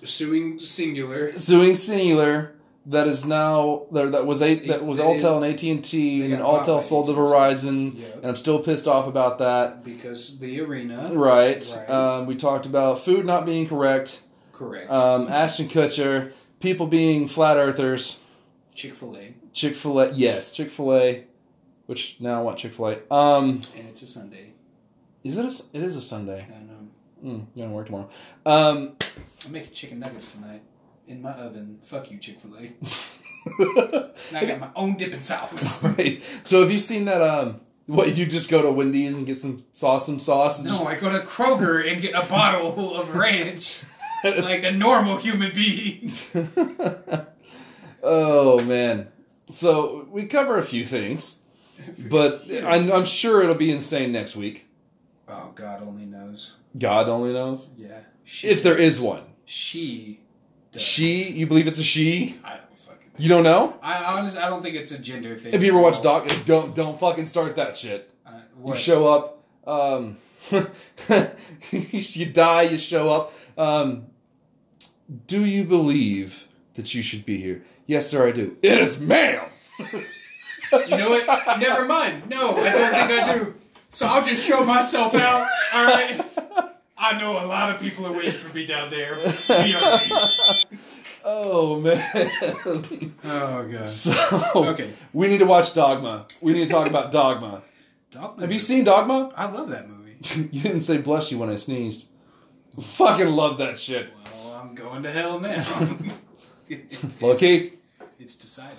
Speaker 2: Suing singular.
Speaker 1: suing singular. That is now there. That was eight. That was
Speaker 2: They-
Speaker 1: Altel and AT and T, and
Speaker 2: got
Speaker 1: then
Speaker 2: bought by
Speaker 1: Altel sold to
Speaker 2: AT&T.
Speaker 1: Verizon,
Speaker 2: Yep.
Speaker 1: and I'm still pissed off about that.
Speaker 2: Because the arena.
Speaker 1: Right.
Speaker 2: Right.
Speaker 1: Um, we talked about food not being correct.
Speaker 2: Correct.
Speaker 1: Um, Ashton Kutcher, people being flat earthers.
Speaker 2: Chick fil A.
Speaker 1: Chick Fil A. Yes, Chick Fil A. Which now I want Chick Fil A. Um,
Speaker 2: And it's a Sunday.
Speaker 1: is it? A, s- it is a Sunday.
Speaker 2: I don't know.
Speaker 1: Mm, you don't work tomorrow. Um, [LAUGHS]
Speaker 2: I'm making chicken nuggets tonight in my oven. Fuck you, Chick fil A. And I
Speaker 1: right.
Speaker 2: got my own dipping
Speaker 1: [LAUGHS]
Speaker 2: sauce.
Speaker 1: So have you seen that? Um, what you just go to Wendy's and get some sauce, some sauce, and
Speaker 2: No, I go to Kroger and get a bottle of ranch like a normal human being.
Speaker 1: just. [LAUGHS] oh man! So we cover a few things, but I'm, I'm sure it'll be insane next week.
Speaker 2: Oh, God only knows.
Speaker 1: God only knows
Speaker 2: Yeah. She,
Speaker 1: if there is one.
Speaker 2: She. Does.
Speaker 1: She, you believe it's a she?
Speaker 2: I don't fucking.
Speaker 1: You don't know?
Speaker 2: I honestly, I don't think it's a gender thing.
Speaker 1: If you ever watched Doc, don't don't fucking start that shit.
Speaker 2: Uh,
Speaker 1: You
Speaker 2: what?
Speaker 1: show up. Um, [LAUGHS] you die. You show up. Um, do you believe that you should be here? Yes, sir, I do. It is, ma'am.
Speaker 2: You know what? Never mind. No, I don't think I do. So I'll just show myself out. All right. I know a lot of people are waiting for me down there. oh
Speaker 1: Oh [LAUGHS] man.
Speaker 2: Oh, god.
Speaker 1: so
Speaker 2: Okay.
Speaker 1: we need to watch Dogma. We need to talk about Dogma. Have you seen Dogma?
Speaker 2: I love that movie.
Speaker 1: you didn't say bless you when I sneezed. Fucking love that shit.
Speaker 2: Well, Oh, I'm going to hell
Speaker 1: [LAUGHS]
Speaker 2: now. it's,
Speaker 1: Okay.
Speaker 2: it's decided.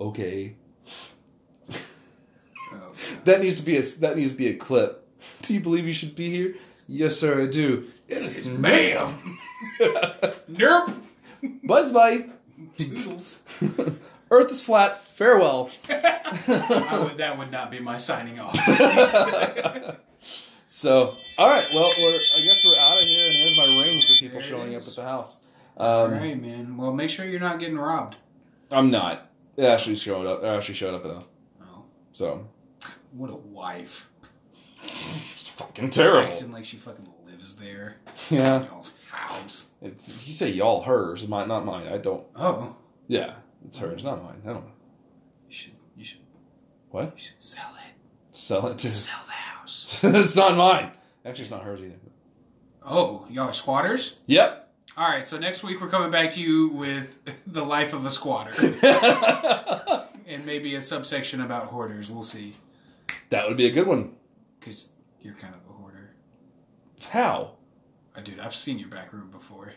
Speaker 1: Okay.
Speaker 2: Oh,
Speaker 1: That needs to be a that needs to be a clip. [LAUGHS] Do you believe you should be here? Yes, sir, I do. Mm-hmm. It is, [LAUGHS] ma'am.
Speaker 2: nope.
Speaker 1: Buzz bye.
Speaker 2: Toodles.
Speaker 1: Earth is flat. Farewell.
Speaker 2: I would, that would not be my signing
Speaker 1: [LAUGHS]
Speaker 2: off.
Speaker 1: So, all right. Well, we're, I guess we're out of here. And here's my ring for people
Speaker 2: There it
Speaker 1: showing up
Speaker 2: is.
Speaker 1: at the house. Um,
Speaker 2: right, man. Well, make sure you're not getting robbed.
Speaker 1: I'm not. It actually showed up. It actually showed up at the house.
Speaker 2: Oh,
Speaker 1: So
Speaker 2: what a wife.
Speaker 1: it's fucking terrible.
Speaker 2: Acting like she fucking lives there.
Speaker 1: [LAUGHS] Yeah.
Speaker 2: Y'all's house.
Speaker 1: It's, you say y'all hers, mine, not mine. I don't.
Speaker 2: Oh.
Speaker 1: Yeah, it's hers, not mine. I don't
Speaker 2: You should, you should,
Speaker 1: What?
Speaker 2: you should sell it.
Speaker 1: sell it to.
Speaker 2: [LAUGHS]
Speaker 1: [LAUGHS]
Speaker 2: Sell the house.
Speaker 1: it's not mine. Actually, it's not hers either.
Speaker 2: Oh, y'all are squatters?
Speaker 1: Yep.
Speaker 2: All right, so next week we're coming back to you with [LAUGHS] the life of a squatter [LAUGHS]
Speaker 1: [LAUGHS] that
Speaker 2: and maybe a subsection about hoarders. We'll see.
Speaker 1: would be a good one.
Speaker 2: Because you're kind of a hoarder.
Speaker 1: How?
Speaker 2: Uh, dude, I've seen your back room before.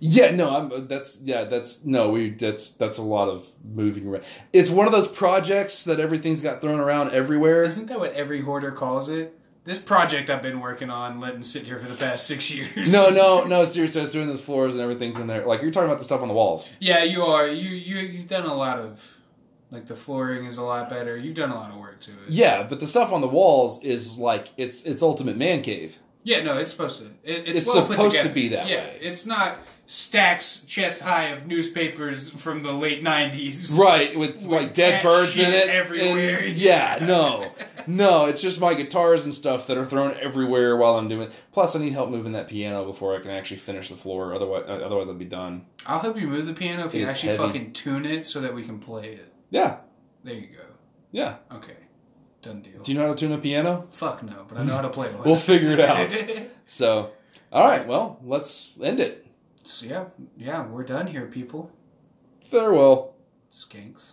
Speaker 1: Yeah, no, I'm. uh, That's yeah, that's no, we that's that's a lot of moving around. It's one of those projects that everything's got thrown around everywhere.
Speaker 2: Isn't that what every hoarder calls it? This project I've been working on, letting sit here for the past six years.
Speaker 1: No, no, no. Seriously, I was doing those floors and everything's in there. Like you're talking about the stuff on the walls.
Speaker 2: [LAUGHS] Yeah, you are. You you you've done a lot of, like the flooring is a lot better. You've done a lot of work to it.
Speaker 1: Yeah, but the stuff on the walls is like it's it's ultimate man cave.
Speaker 2: Yeah, no, it's supposed to. It, it's
Speaker 1: It's
Speaker 2: well put
Speaker 1: supposed to
Speaker 2: together.
Speaker 1: be that
Speaker 2: Yeah,
Speaker 1: way.
Speaker 2: it's not stacks chest high of newspapers from the late nineties.
Speaker 1: Right, with, like dead
Speaker 2: cat
Speaker 1: birds
Speaker 2: shit
Speaker 1: in it and-
Speaker 2: everywhere.
Speaker 1: yeah, no, no. It's just my guitars and stuff that are thrown everywhere while I'm doing. Plus, I need help moving that piano before I can actually finish the floor. Otherwise, otherwise I'll be done.
Speaker 2: I'll help you move the piano if you
Speaker 1: It's
Speaker 2: actually
Speaker 1: heavy.
Speaker 2: fucking tune it so that we can play it.
Speaker 1: Yeah,
Speaker 2: There you go.
Speaker 1: yeah.
Speaker 2: Okay, done deal.
Speaker 1: Do you know how to tune a piano?
Speaker 2: Fuck no, but I know how to play one.
Speaker 1: [LAUGHS] We'll figure it out.
Speaker 2: [LAUGHS]
Speaker 1: So, all right, well, let's end it.
Speaker 2: so yeah, yeah, we're done here, people.
Speaker 1: Farewell. [LAUGHS]
Speaker 2: Skanks.